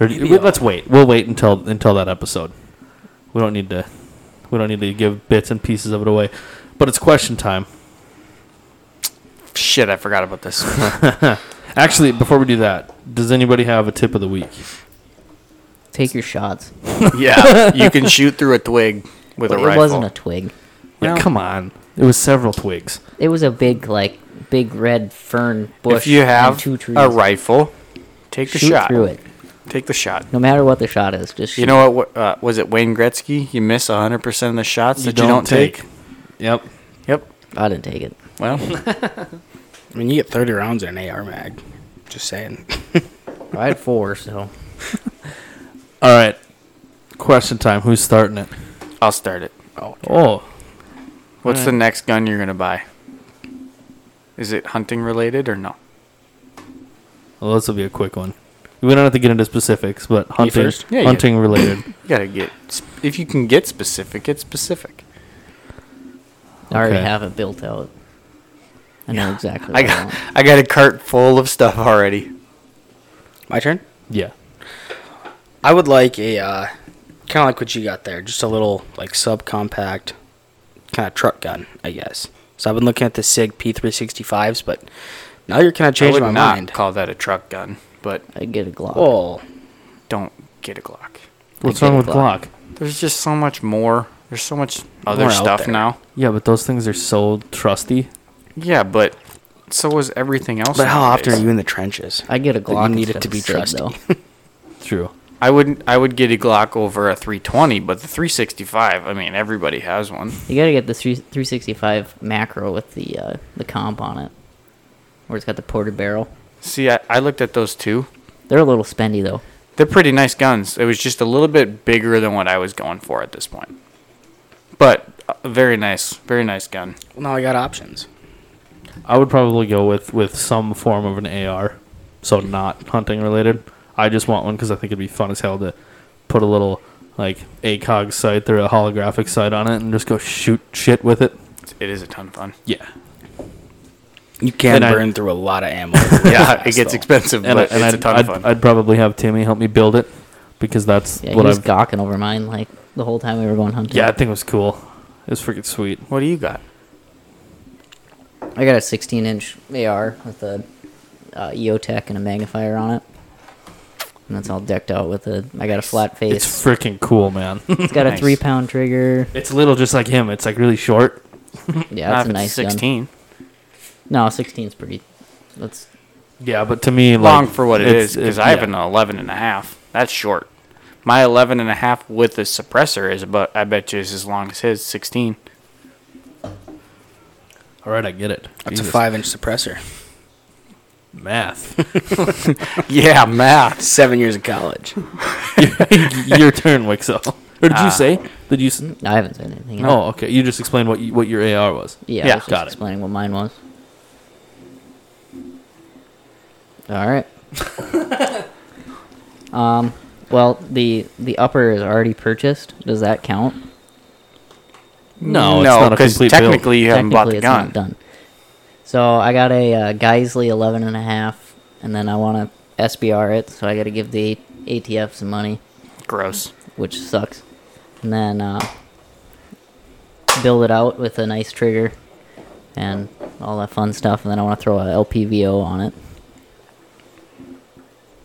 A: Or,
B: Maybe
A: wait,
B: I'll-
A: let's wait. We'll wait until until that episode. We don't need to. We don't need to give bits and pieces of it away. But it's question time.
B: Shit, I forgot about this.
A: Actually, before we do that, does anybody have a tip of the week?
C: Take your shots.
B: yeah, you can shoot through a twig with
C: But
B: a
C: it
B: rifle.
C: wasn't a twig.
A: Yeah,
B: No.
A: come on. It was several twigs.
C: It was a big like big red fern bush.
B: if you
C: and
B: have
C: two trees,
B: a rifle, take the
C: shoot
B: shot.
C: through it.
B: Take the shot.
C: No matter what the shot is, just shoot.
B: You know what? Uh, was it Wayne Gretzky? You miss 100% of the shots that you don't take.
A: Yep.
B: Yep.
C: I didn't take it.
B: Well,
D: I mean, you get 30 rounds in an AR mag. Just saying.
C: I had four, so
A: All right. Question time. Who's starting it?
B: I'll start it.
A: Oh,
B: What's
A: Alright.
B: the next gun you're going to buy? Is it hunting related or no?
A: well, this will be a quick one. We don't have to get into specifics, but hunting,
D: first?
B: Yeah, you-
A: hunting related.
B: You got to get, if you can get specific, get specific.
C: I already
A: Okay.
C: have it built out. I know exactly.
B: I
C: What I,
B: got,
C: want.
B: I got a cart full of stuff already.
D: My turn?
A: yeah.
D: I would like a, uh, kind of like what you got there, just a little, like, subcompact kind of truck gun, I guess. So I've been looking at the SIG P365s, but now you're kind of
B: I
D: changing my
B: would not
D: mind.
B: call that a truck gun, but
C: I get a Glock.
D: Oh,
B: don't get a Glock.
A: What's
C: get
A: wrong
C: a
A: with
C: Glock.
A: Glock?
B: There's just so much more. There's so much other
D: More out
B: stuff
D: there.
B: now.
A: Yeah, but those things are so trusty.
B: Yeah, but so is everything else.
D: but how often are
B: nowadays.
D: you in the trenches?
C: I get a Glock.
D: But you need
C: instead
D: it to
C: of
D: be
C: Sig,
D: trusty.
C: though.
A: True.
B: I would I would get a Glock over a 320, but the 365. I mean, everybody has one.
C: You gotta get the three three sixty five macro with the uh, the comp on it, where it's got the ported barrel.
B: See, I, I looked at those two.
C: They're a little spendy though.
B: They're pretty nice guns. It was just a little bit bigger than what I was going for at this point. But uh, very nice, very nice gun.
D: Well, now I got options.
A: I would probably go with with some form of an AR, so not hunting related. I just want one because I think it'd be fun as hell to put a little like ACOG sight or a holographic sight on it and just go shoot shit with it.
B: It is a ton of fun.
A: Yeah,
D: You can
A: And I-
D: burn through a lot of ammo.
B: Yeah, it gets
D: So-
B: expensive,
A: and, I,
B: but
A: and I'd,
B: it's a ton
A: I'd,
B: of fun.
A: I'd probably have Timmy help me build it because that's
C: Yeah,
A: what
C: he
A: I've.
C: was gawking over mine like the whole time we were going hunting.
A: yeah, I think it was cool. It was freaking sweet.
B: what do you got?
C: I got a sixteen inch AR with a uh, EOTech and a magnifier on it, and that's all decked out with a. I got a flat
A: It's
C: face.
A: freaking cool, man.
C: it's got a
B: nice.
C: three pound trigger.
A: it's little just like him. It's like really short.
C: Yeah, it's
B: Not
C: a
B: if
C: nice gun.
B: 16.
C: No, 16's pretty. That's
A: Yeah, but to me, like,
B: long for what it
A: it's-
B: is because
A: it-
B: I have
A: yeah.
B: an 11 and a half. That's short. My 11 and a half with the suppressor is about, I bet you, is as long as his 16.
A: All right, I get it.
D: That's a
A: Jesus.
D: five-inch suppressor.
A: math.
B: Yeah, math.
D: Seven years of college.
A: your turn, Wixo. Or did you say? Did you? s
C: I haven't said anything.
A: Oh, okay. You just explained what you, what your AR was.
C: Yeah,
B: Yeah,
C: I was just
A: got it.
C: explaining what mine was. All right. um, well, the the upper is already purchased. Does that count?
A: No, it's
B: no,
A: not a
B: because
A: complete
B: technically you haven't bought the
C: it's
B: gun.
C: not done. So I got a uh, Geisley 11 and a half, and then I want to SBR it, so I got to give the ATF some money,
B: Gross.
C: which sucks. And then uh, build it out with a nice trigger and all that fun stuff, and then I want to throw a LPVO on it.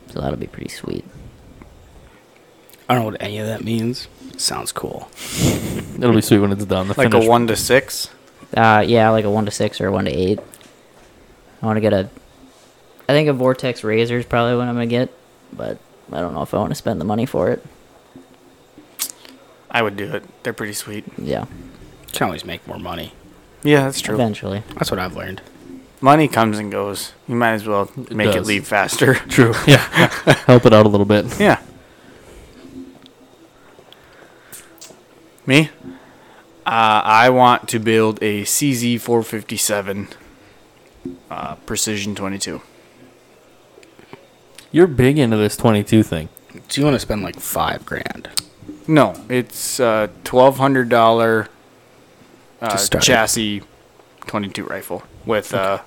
C: So that'll be pretty sweet.
D: I don't know what any of that means. Sounds cool.
A: build. It'll be sweet when it's done. The
B: Like
A: finished-
B: a one to six.
C: Uh, yeah, like a one to six or a one to eight. I want to get a. I think a Vortex Razor is probably what I'm gonna get, but I don't know if I want to spend the money for it.
B: I would do it. They're pretty sweet.
C: Yeah,
D: Can always make more money.
B: Yeah, that's true.
C: eventually.
D: That's what I've learned.
B: Money comes and goes. You might as well make it
A: does.
B: leave faster.
A: True. Yeah. Help it out a little bit.
B: yeah. Me? Uh, I want to build a CZ457 uh, Precision 22.
A: You're big into this 22 thing.
D: So you want to spend like five grand?
B: No, it's uh, twelve hundred dollar uh,
D: start.
B: chassis, twenty two rifle with uh,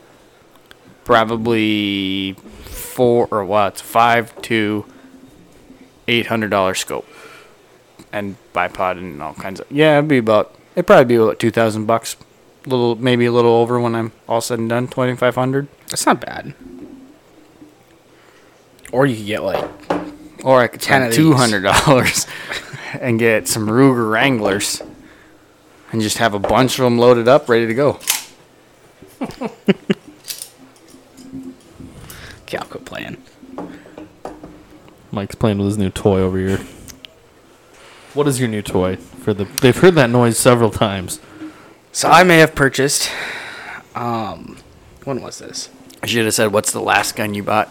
B: probably four or what five to eight hundred dollar scope and bipod and all kinds of yeah it'd be about it'd probably be about two thousand bucks little maybe a little over when I'm all said and done twenty five hundred
D: That's not bad. Or you could get like
B: or I could
D: 10
B: spend
D: of
B: two
D: these.
B: hundred dollars and get some Ruger Wranglers and just have a bunch of them loaded up ready to go
D: okay, I'll quit playing.
A: Mike's playing with his new toy over here. What is your new toy for the? They've heard that noise several times.
D: So I may have purchased. Um, when was this?
B: I should have said what's the last gun you bought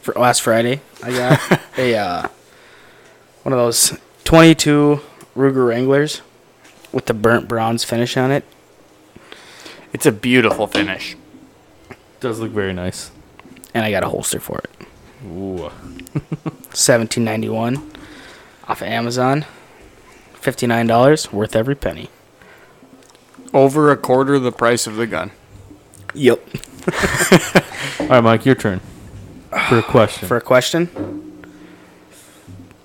D: For last Friday, I got a uh, one of those 22 Ruger Wranglers with the burnt bronze finish on it.
B: it's a beautiful finish
A: Does look very nice.
D: and I got a holster for it.
A: Ooh.
D: Seventeen ninety one off of Amazon. Fifty nine dollars, worth every penny.
B: over a quarter of the price of the gun
D: Yep.
A: All right, Mike, your turn for a question.
D: For a question.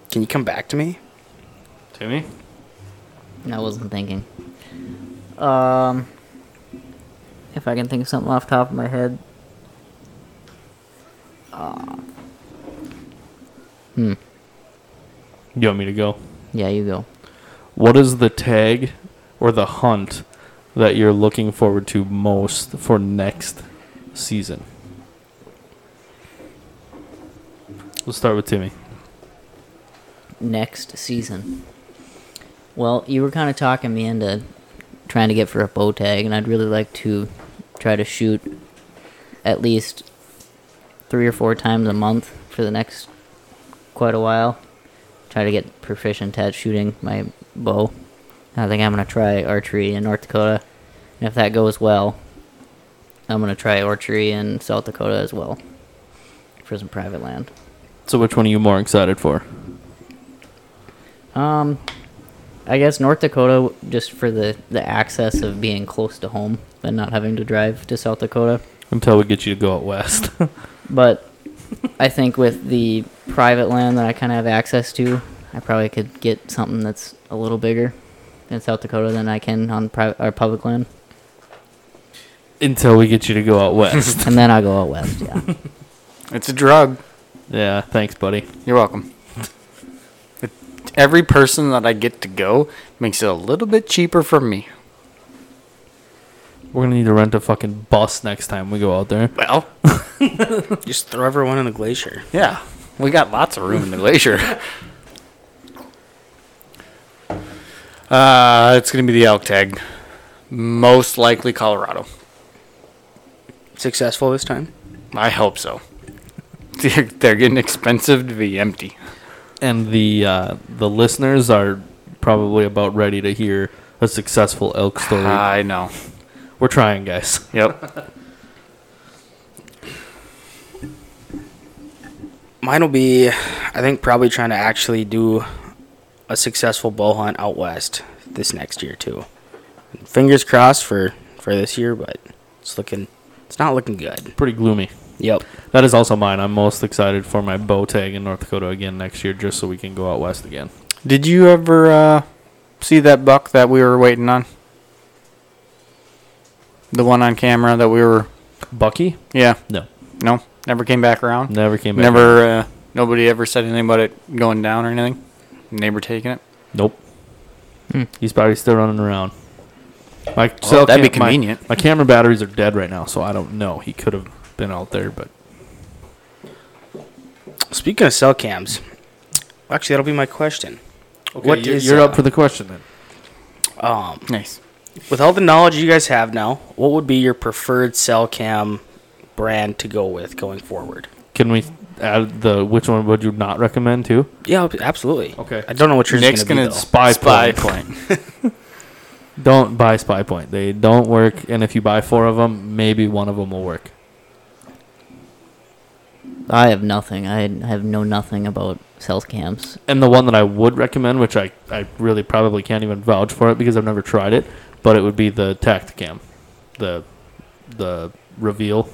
D: Can you come back to me?
A: Timmy,
C: I wasn't thinking. Um, if I can think of something off the top of my head.
A: you want me to go?
C: Yeah, you go.
A: What is the tag or the hunt that you're looking forward to most for next season? We'll start with Timmy.
C: Next season. Well, you were kind of talking me into trying to get for a bow tag, and I'd really like to try to shoot at least three or four times a month for the next quite a while. Try to get proficient at shooting my bow. I think I'm gonna try archery in North Dakota, and if that goes well, I'm gonna try archery in South Dakota as well for some private land.
A: So, which one are you more excited for?
C: Um, I guess North Dakota just for the the access of being close to home and not having to drive to South Dakota.
A: Until we get you to go out west.
C: But I think with the private land that I kind of have access to, I probably could get something that's a little bigger in South Dakota than I can on private or public land,
A: Until we get you to go out west.
C: and then I'll go out west. Yeah.
B: it's a drug
A: yeah, thanks, buddy.
B: You're welcome. It, every person that I get to go makes it a little bit cheaper for me.
A: We're gonna need to rent a fucking bus next time we go out there.
B: Well,
D: Just throw everyone in the glacier.
B: yeah, we got lots of room in the glacier. Uh, it's gonna be the elk tag, most likely Colorado.
D: Successful this time.
B: I hope so. They're, they're getting expensive to be empty.
A: And the uh, the listeners are probably about ready to hear a successful elk story.
B: I know.
A: We're trying, guys.
B: Yep.
D: Mine will be I think probably trying to actually do a successful bow hunt out west this next year too. Fingers crossed for for this year, but it's looking it's not looking good.
A: Pretty gloomy.
D: Yep.
A: That is also mine. I'm most excited for my bow tag in North Dakota again next year, just so we can go out west again.
B: Did you ever uh, see that buck that we were waiting on? The one on camera that we were
A: Bucky?
B: Yeah.
A: No,
B: No. Never came back around.
A: never came back.
B: Never. Uh, nobody ever said anything about it going down or anything. Neighbor taking it.
A: Nope.
C: Hmm.
A: He's probably still running around. My
B: Well,
A: cell
B: Oh, that'd be
A: cam- my-
B: convenient.
A: My, camera batteries are dead right now, so I don't know. He could have been out there, but
D: Speaking of cell cams, actually, that'll be my question.
A: What
D: is,
A: you're
D: uh,
A: up for the question then?
D: Um,
B: Nice.
D: with all the knowledge you guys have now, what would be your preferred cell cam brand to go with going forward?
A: Can we add the which one would you not recommend too?
D: Yeah, absolutely.
A: Okay.
D: I don't know what yours
B: Nick's
D: is going
B: gonna
D: to be. though.
B: spy,
A: Spy
B: point.
A: Don't buy Spy Point. They don't work, and if you buy four of them, maybe one of them will work.
C: I have nothing. I have know nothing about cell cams.
A: And the one that I would recommend, which I, I really probably can't even vouch for it because I've never tried it, but it would be the Tacticam, the the reveal.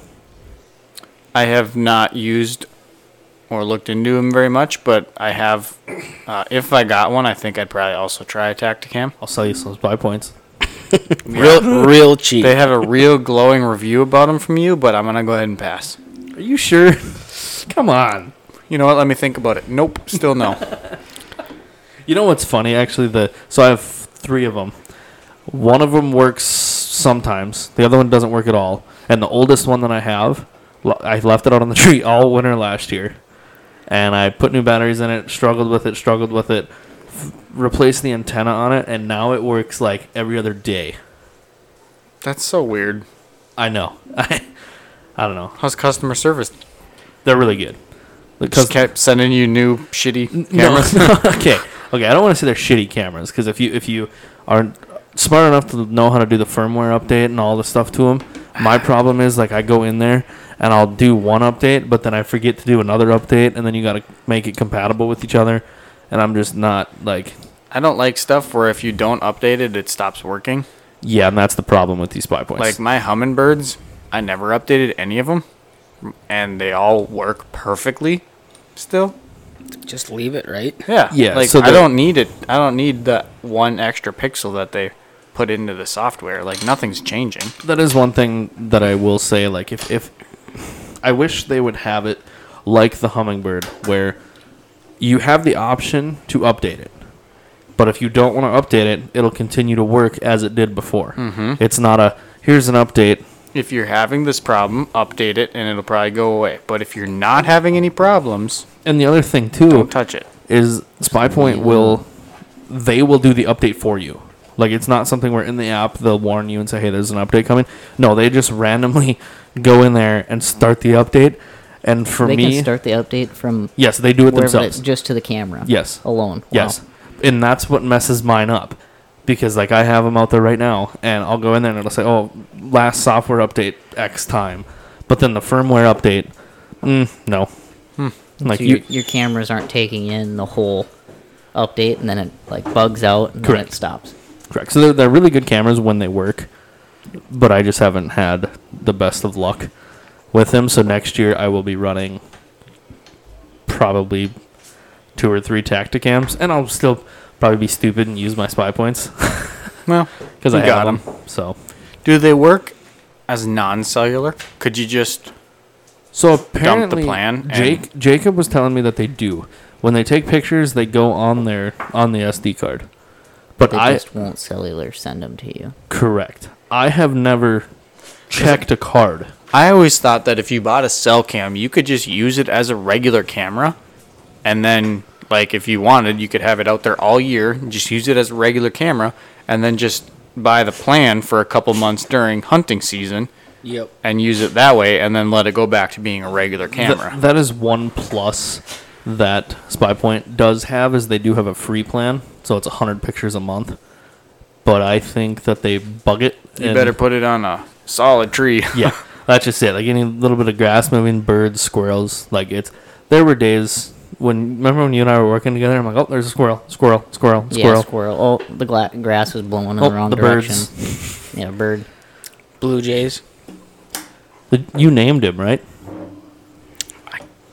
B: I have not used or looked into them very much, but I have. Uh, if I got one, I think I'd probably also try a Tacticam.
A: I'll sell you some buy points.
D: Real, real cheap.
B: They have a real glowing review about them from you, but I'm gonna go ahead and pass.
A: Are you sure? Come on.
B: You know what? Let me think about it. Nope, still no.
A: You know what's funny? Actually, the so I have three of them. One of them works sometimes. The other one doesn't work at all. And the oldest one that I have, l- I left it out on the tree all winter last year, and I put new batteries in it. Struggled with it. Struggled with it. f- Replaced the antenna on it, and now it works like every other day.
B: That's so weird.
A: I know. I, I don't know.
B: How's customer service?
A: They're really good. Because
B: Just kept sending you new shitty
A: No,
B: cameras.
A: okay. Okay. I don't want to say they're shitty cameras because if you if you aren't smart enough to know how to do the firmware update and all the stuff to them, my problem is like I go in there and I'll do one update, but then I forget to do another update, and then you got to make it compatible with each other, and I'm just not like
B: I don't like stuff where if you don't update it, it stops working.
A: yeah, and that's the problem with these spy points.
B: Like my hummingbirds, I never updated any of them, and they all work perfectly still.
D: Just leave it, right?
B: Yeah.
A: Yeah,
B: Like
A: so
B: I
A: the-
B: don't need it. I don't need that one extra pixel that they put into the software. Like nothing's changing.
A: that is one thing that I will say. Like if if I wish they would have it like the hummingbird, where you have the option to update it, but if you don't want to update it, it'll continue to work as it did before. Mm-hmm. It's not a here's an update.
B: If you're having this problem, update it and it'll probably go away. But if you're not having any problems,
A: And the other thing too,
B: don't touch it.
A: is SpyPoint will they will do the update for you. Like it's not something where in the app they'll warn you and say, "Hey, there's an update coming." No, they just randomly go in there and start the update. And for
C: they
A: me,
C: can start the update from
A: yes, they do it
C: wherever they-
A: themselves.
C: just to the camera.
A: Yes.
C: Alone. Wow.
A: Yes. And that's what messes mine up. Because like I have them out there right now and I'll go in there and it'll say, "Oh, last software update X time." But then the firmware update, mm, no. Like
C: Hmm. so
A: you
C: your, your cameras aren't taking in the whole update, and then it like bugs out and then
A: Correct.
C: it stops.
A: correct. So they're, they're really good cameras when they work. But I just haven't had the best of luck with them. So next year I will be running probably two or three Tacticams and I'll still probably be stupid and use my spy points
B: Well,
A: because
B: You
A: I
B: got
A: got
B: 'em.
A: them. So
B: do they work as non-cellular? Could you just
A: So apparently,
B: plan and-
A: Jake Jacob was telling me that they do. When they take pictures, they go on their on the SD card. But
C: They
A: I
C: just won't cellular send them to you.
A: correct. I have never checked a card.
B: I always thought that if you bought a cell cam, you could just use it as a regular camera, and then like if you wanted, you could have it out there all year, and just use it as a regular camera, and then just buy the plan for a couple months during hunting season
D: Yep.
B: and use it that way, and then let it go back to being a regular
A: Th-
B: camera.
A: that is one plus that SpyPoint does have is they do have a free plan, so it's hundred pictures a month. But I think that they bug it.
B: you
A: and-
B: better put it on a solid tree.
A: yeah, that's just it. Like any little bit of grass moving, birds, squirrels. Like it's there were days when remember when you and I were working together. I'm like, oh, there's a squirrel, squirrel, squirrel, squirrel.
C: Yeah, squirrel. Oh, the gla- grass was blowing in
A: Oh,
C: the wrong
A: the
C: direction.
A: birds.
C: Yeah, bird.
D: Blue Jays,
A: The- you named him right.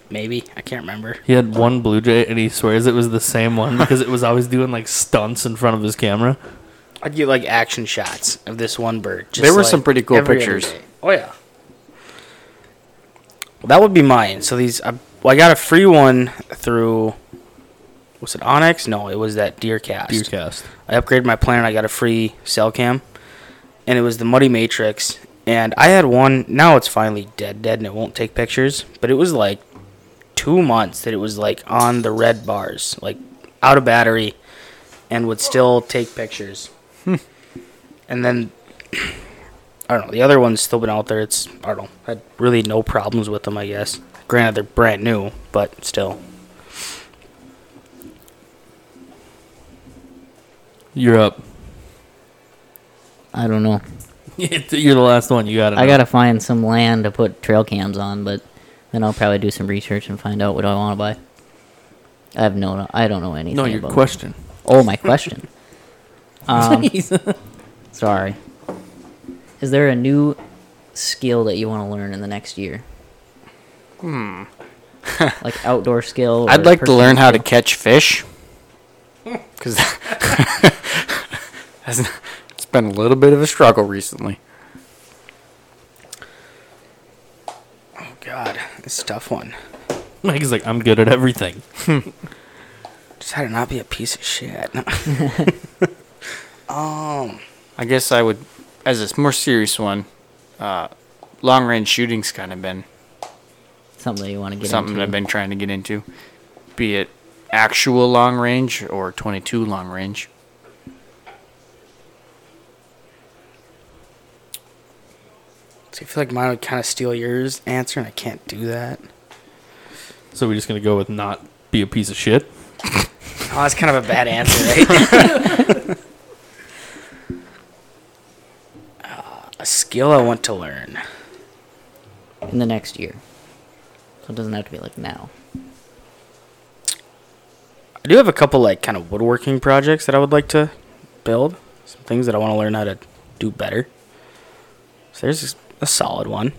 D: maybe. I can't remember.
A: He had one blue jay, and he swears it was the same one because it was always doing like stunts in front of his camera.
D: I'd get like action shots of this one bird. Just
B: There were
D: like,
B: some pretty cool
D: every other
B: pictures.
D: day. Oh yeah. Well, that would be mine. So these, I, well, I got a free one through. Was it Onyx? No, it was that Deercast.
A: Deercast.
D: I upgraded my plan. I got a free cell cam, and it was the Muddy Matrix. And I had one. Now it's finally dead, dead, and it won't take pictures. But it was like two months that it was like on the red bars, like out of battery, and would still take pictures. and then I don't know. The other one's still been out there. It's I don't know. Had really no problems with them. I guess. Granted, they're brand new, but still.
A: You're up.
C: I don't know.
A: You're the last one. You got it.
C: I gotta find some land to put trail cams on, but then I'll probably do some research and find out what I want to buy. I have no, I don't know anything.
A: no. Your
C: about it.
A: question.
C: Oh, my question. Um, sorry. Is there a new skill that you want to learn in the next year? like outdoor skill. or
B: Hmm. I'd like to
C: personal
B: learn how to
C: skill.
B: catch fish. Because it's been a little bit of a struggle recently.
D: Oh God, it's a tough one.
A: Mike's like, I'm good at everything.
D: Just how to not be a piece of shit. um,
B: I guess I would, as a more serious one, uh, long range shooting's kind of been
C: something that you want to get
B: something
C: into.
B: I've been trying to get into, be it actual long range or 22 long range.
D: so I feel like mine would kind of steal yours answer, and I can't do that.
A: So we're just gonna go with not be a piece of shit.
D: Oh, that's kind of a bad answer, right? Uh, a skill I want to learn.
C: in the next year. So it doesn't have to be like now.
D: I do have a couple like kind of woodworking projects that I would like to build. Some things that I want to learn how to do better. So there's a solid one.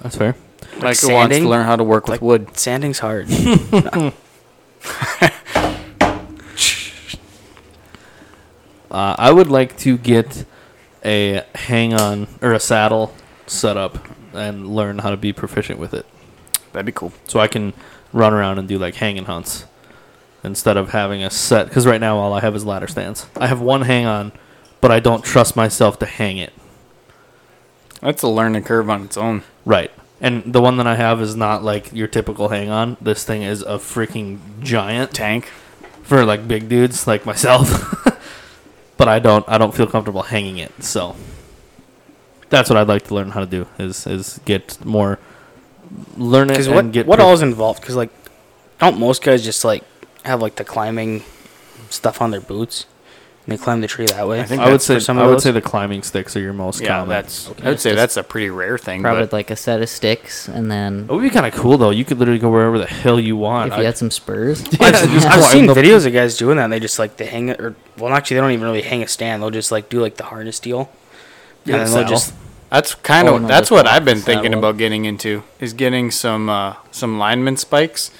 A: That's fair.
B: Like, it wants to
D: sanding?
B: learn how to work with
D: Like
B: wood.
D: Sanding's hard.
A: Uh, I would like to get a hang on or a saddle set up and learn how to be proficient with it.
B: That'd be cool.
A: so I can run around and do like hanging hunts instead of having a set. Because right now all I have is ladder stands. I have one hang on, but I don't trust myself to hang it
B: That's a learning curve on its own.
A: right. And the one that I have is not like your typical hang on. This thing is a freaking giant
B: Tank.
A: for like big dudes like myself. but I don't I don't feel comfortable hanging it. So that's what I'd like to learn how to do is is get more learn it
D: Because
A: and
D: what
A: get
D: what
A: prof-
D: all is involved? Because like, don't most guys just like have like the climbing stuff on their boots and they climb the tree that way?
B: I think
A: I would
B: that's
A: say
D: for some
A: I
D: of
A: would
D: those?
A: say the climbing sticks are your most
B: Yeah,
A: common.
B: that's. I would say
C: Just-
B: that's a pretty rare thing.
C: Probably
B: but Oh,
C: like a set of sticks, and then
A: It would be kind of cool though. You could literally go wherever the hell you want.
C: if you
A: I-
C: had some spurs,
A: Yeah, just
D: I've
A: climb
D: seen
A: the-
D: videos of guys doing that. and They just like they hang it, or well, actually, they don't even really hang a stand. They'll just like do like the harness deal.
A: Yeah,
D: and then they'll
A: saddle.
D: just
B: That's kind of
C: Oh, no,
B: that's
C: just
B: what
C: the
B: I've been
C: saddle.
B: thinking about getting into is getting some uh, some lineman spikes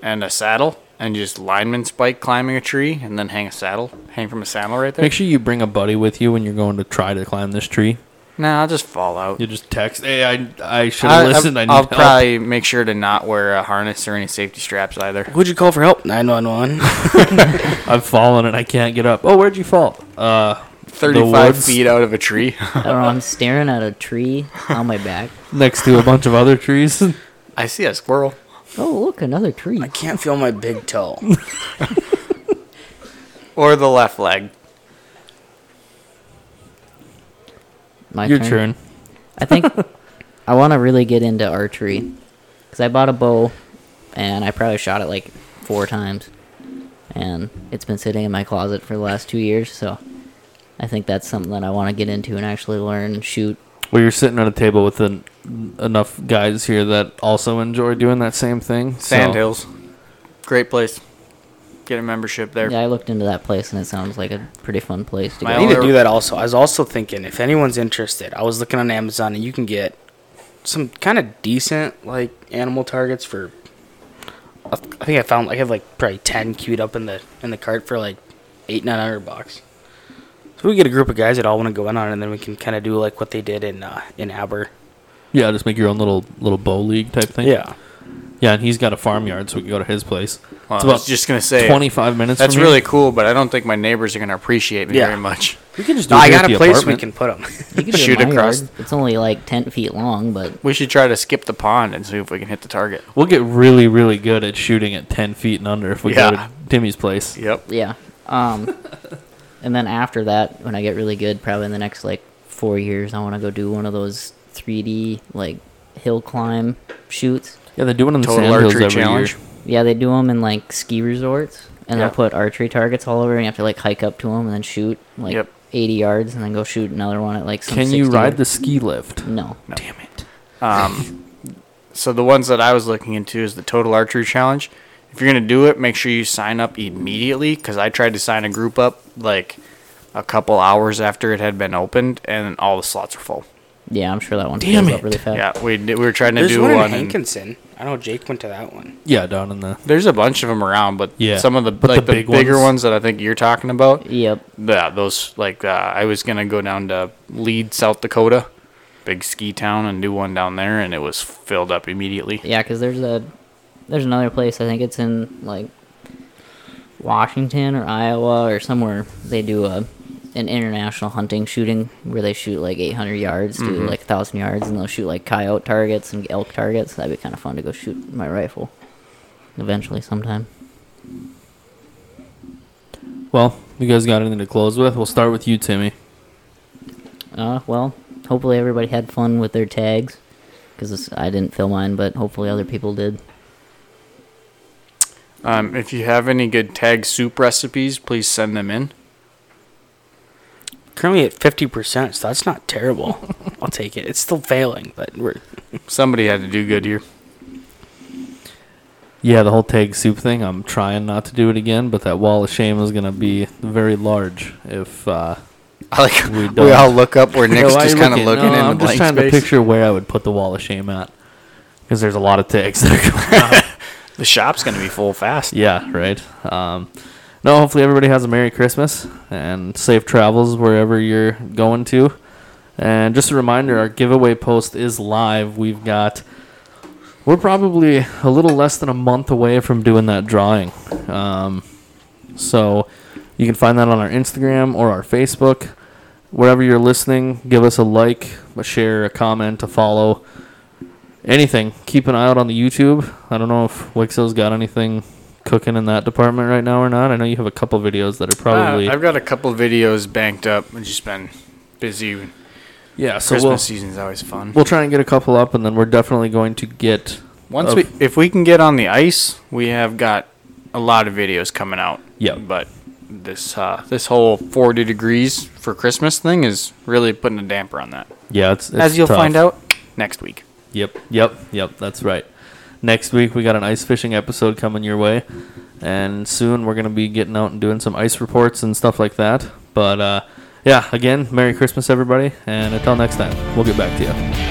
B: and a saddle and just lineman spike climbing a tree and then hang a saddle hang from a saddle right there.
A: Make sure you bring a buddy with you when you're going to try to climb this tree.
B: Nah, I'll just fall out.
A: You just text, "Hey, I I should
B: I,
A: have listened. I, need
B: will
A: help."
B: probably make sure to not wear a harness or any safety straps either.
D: Who'd you call for help? 911.
A: I've fallen and I can't get up. Oh, where'd you fall? Uh,
B: Thirty-five
A: woods.
B: feet out of a tree.
C: I don't know, I'm staring at a tree on my back.
A: next to a bunch of other trees.
B: I see a squirrel.
C: Oh, look, another tree.
D: I can't feel my big toe.
B: Or the left leg.
C: My
A: your turn.
C: I think I want to really get into archery because I bought a bow and I probably shot it like four times, and it's been sitting in my closet for the last two years. So I think that's something that I want to get into and actually learn and shoot.
A: Well, you're sitting at a table with en- enough guys here that also enjoy doing that same thing. so-
B: Sandhills. Great place. Get a membership there.
C: Yeah, I looked into that place and it sounds like a pretty fun place to
B: My
D: I
C: go.
D: need to
B: Or-
D: do that also. I was also thinking if anyone's interested, I was looking on Amazon and you can get some kind of decent like animal targets for. I think I found like I have like probably ten queued up in the in the cart for like eight nine hundred bucks. So we get a group of guys that all want to go in on it, and then we can kind of do like what they did in uh, in Aber.
A: Yeah, just make your own little little bow league type thing. yeah, and he's got a farmyard, so we can go to his place.
B: Well,
A: it's
B: I
A: about
B: was just gonna say
A: 25 minutes.
B: That's
A: from here.
B: really cool, but I don't think my neighbors are gonna appreciate me
D: Yeah.
B: very much.
A: We can just do
D: No,
A: it
D: I
A: here
D: got
A: at
D: a
A: the
D: place we
A: apartment.
D: can put them.
C: You could do it in
B: shoot
C: my
B: across-
C: yard. It's only like ten feet long, but
B: We should try to skip the pond and see if we can hit the target.
A: We'll get really, really good at shooting at 10 feet and under if we go
B: Yeah.
A: to Timmy's place.
B: Yep.
C: Yeah. Um, and then after that, when I get really good, probably in the next like four years, I want to go do one of those 3D like hill climb shoots.
A: Yeah, they do one in the
B: Total
A: sand hills
B: archery
A: every
B: challenge.
A: year.
C: Yeah, they do them in like ski resorts, and
B: Yeah.
C: they'll put archery targets all over, and you have to like hike up to them and then shoot like
B: Yep.
C: 80 yards, and then go shoot another one at like. Some
A: Can you
C: 60
A: ride
C: yard-
A: the ski lift?
C: No.
A: Damn it.
B: Um, so the ones that I was looking into is the total archery challenge. If you're gonna do it, make sure you sign up immediately because I tried to sign a group up like a couple hours after it had been opened, and all the slots were full.
C: Yeah, I'm sure that one
A: Damn
C: goes up
A: it.
C: really fast.
B: Yeah, we did- we were trying to
D: There's
B: do
D: one in
B: one. and
D: Hankinson. I know Jake went to that one.
A: Yeah, down in the
B: there's a bunch of them around, but
A: Yeah,
B: some of the
A: but
B: like
A: the
B: the,
A: big
B: bigger
A: ones-
B: ones. that I think you're talking about.
C: Yep.
B: Yeah, those like uh, I was gonna go down to Lead, South Dakota, big ski town, and do one down there, and it was filled up immediately.
C: Yeah, because there's a there's another place. I think it's in like Washington or Iowa or somewhere. They do a an international hunting shooting where they shoot like 800 yards to like 1,000 yards, and they'll shoot like coyote targets and elk targets. That'd be kind of fun to go shoot my rifle eventually sometime.
A: Well, you guys got anything to close with? We'll start with you, Timmy.
C: Uh, well, hopefully everybody had fun with their tags because I didn't fill mine, but hopefully other people did.
B: Um, if you have any good tag soup recipes, please send them in.
D: Currently at fifty percent, so that's not terrible. I'll take it. It's still failing, but we're
B: Somebody had to do good here.
A: Yeah, the whole tag soup thing. I'm trying not to do it again, but that wall of shame is gonna be very large if uh,
B: I like
A: we
B: we,
A: don't.
B: all look up where
A: Yeah,
B: Nick's
A: why are
B: just
A: you
B: kind of looking
A: No,
B: in
A: I'm
B: the
A: just
B: blank
A: trying to
B: space.
A: picture where I would put the wall of shame at, because there's a lot of tags that are coming.
B: The shop's gonna be full fast.
A: yeah, right. Um, no, hopefully everybody has a Merry Christmas and safe travels wherever you're going to. And just a reminder, our giveaway post is live. We've got we're probably a little less than a month away from doing that drawing. Um, so you can find that on our Instagram or our Facebook. Wherever you're listening, give us a like, a share, a comment, a follow, anything. Keep an eye out on the YouTube. I don't know if Wixo's got anything cooking in that department right now or not. I know you have a couple videos that are probably
B: Uh, I've got a couple videos banked up. I've just been busy.
A: yeah. So
B: Christmas
A: we'll
B: season's always fun.
A: we'll try and get a couple up, and then we're definitely going to get
B: Once
A: of-
B: we, if we can get on the ice, we have got a lot of videos coming out.
A: Yep.
B: But this uh, this whole 40 degrees for Christmas thing is really putting a damper on that.
A: yeah. It's, it's
B: As you'll
A: tough.
B: find out next week.
A: Yep, yep, yep. That's right. Next week we got an ice fishing episode coming your way, and soon we're gonna be getting out and doing some ice reports and stuff like that. But uh, yeah, again, Merry Christmas, everybody, and until next time, we'll get back to you.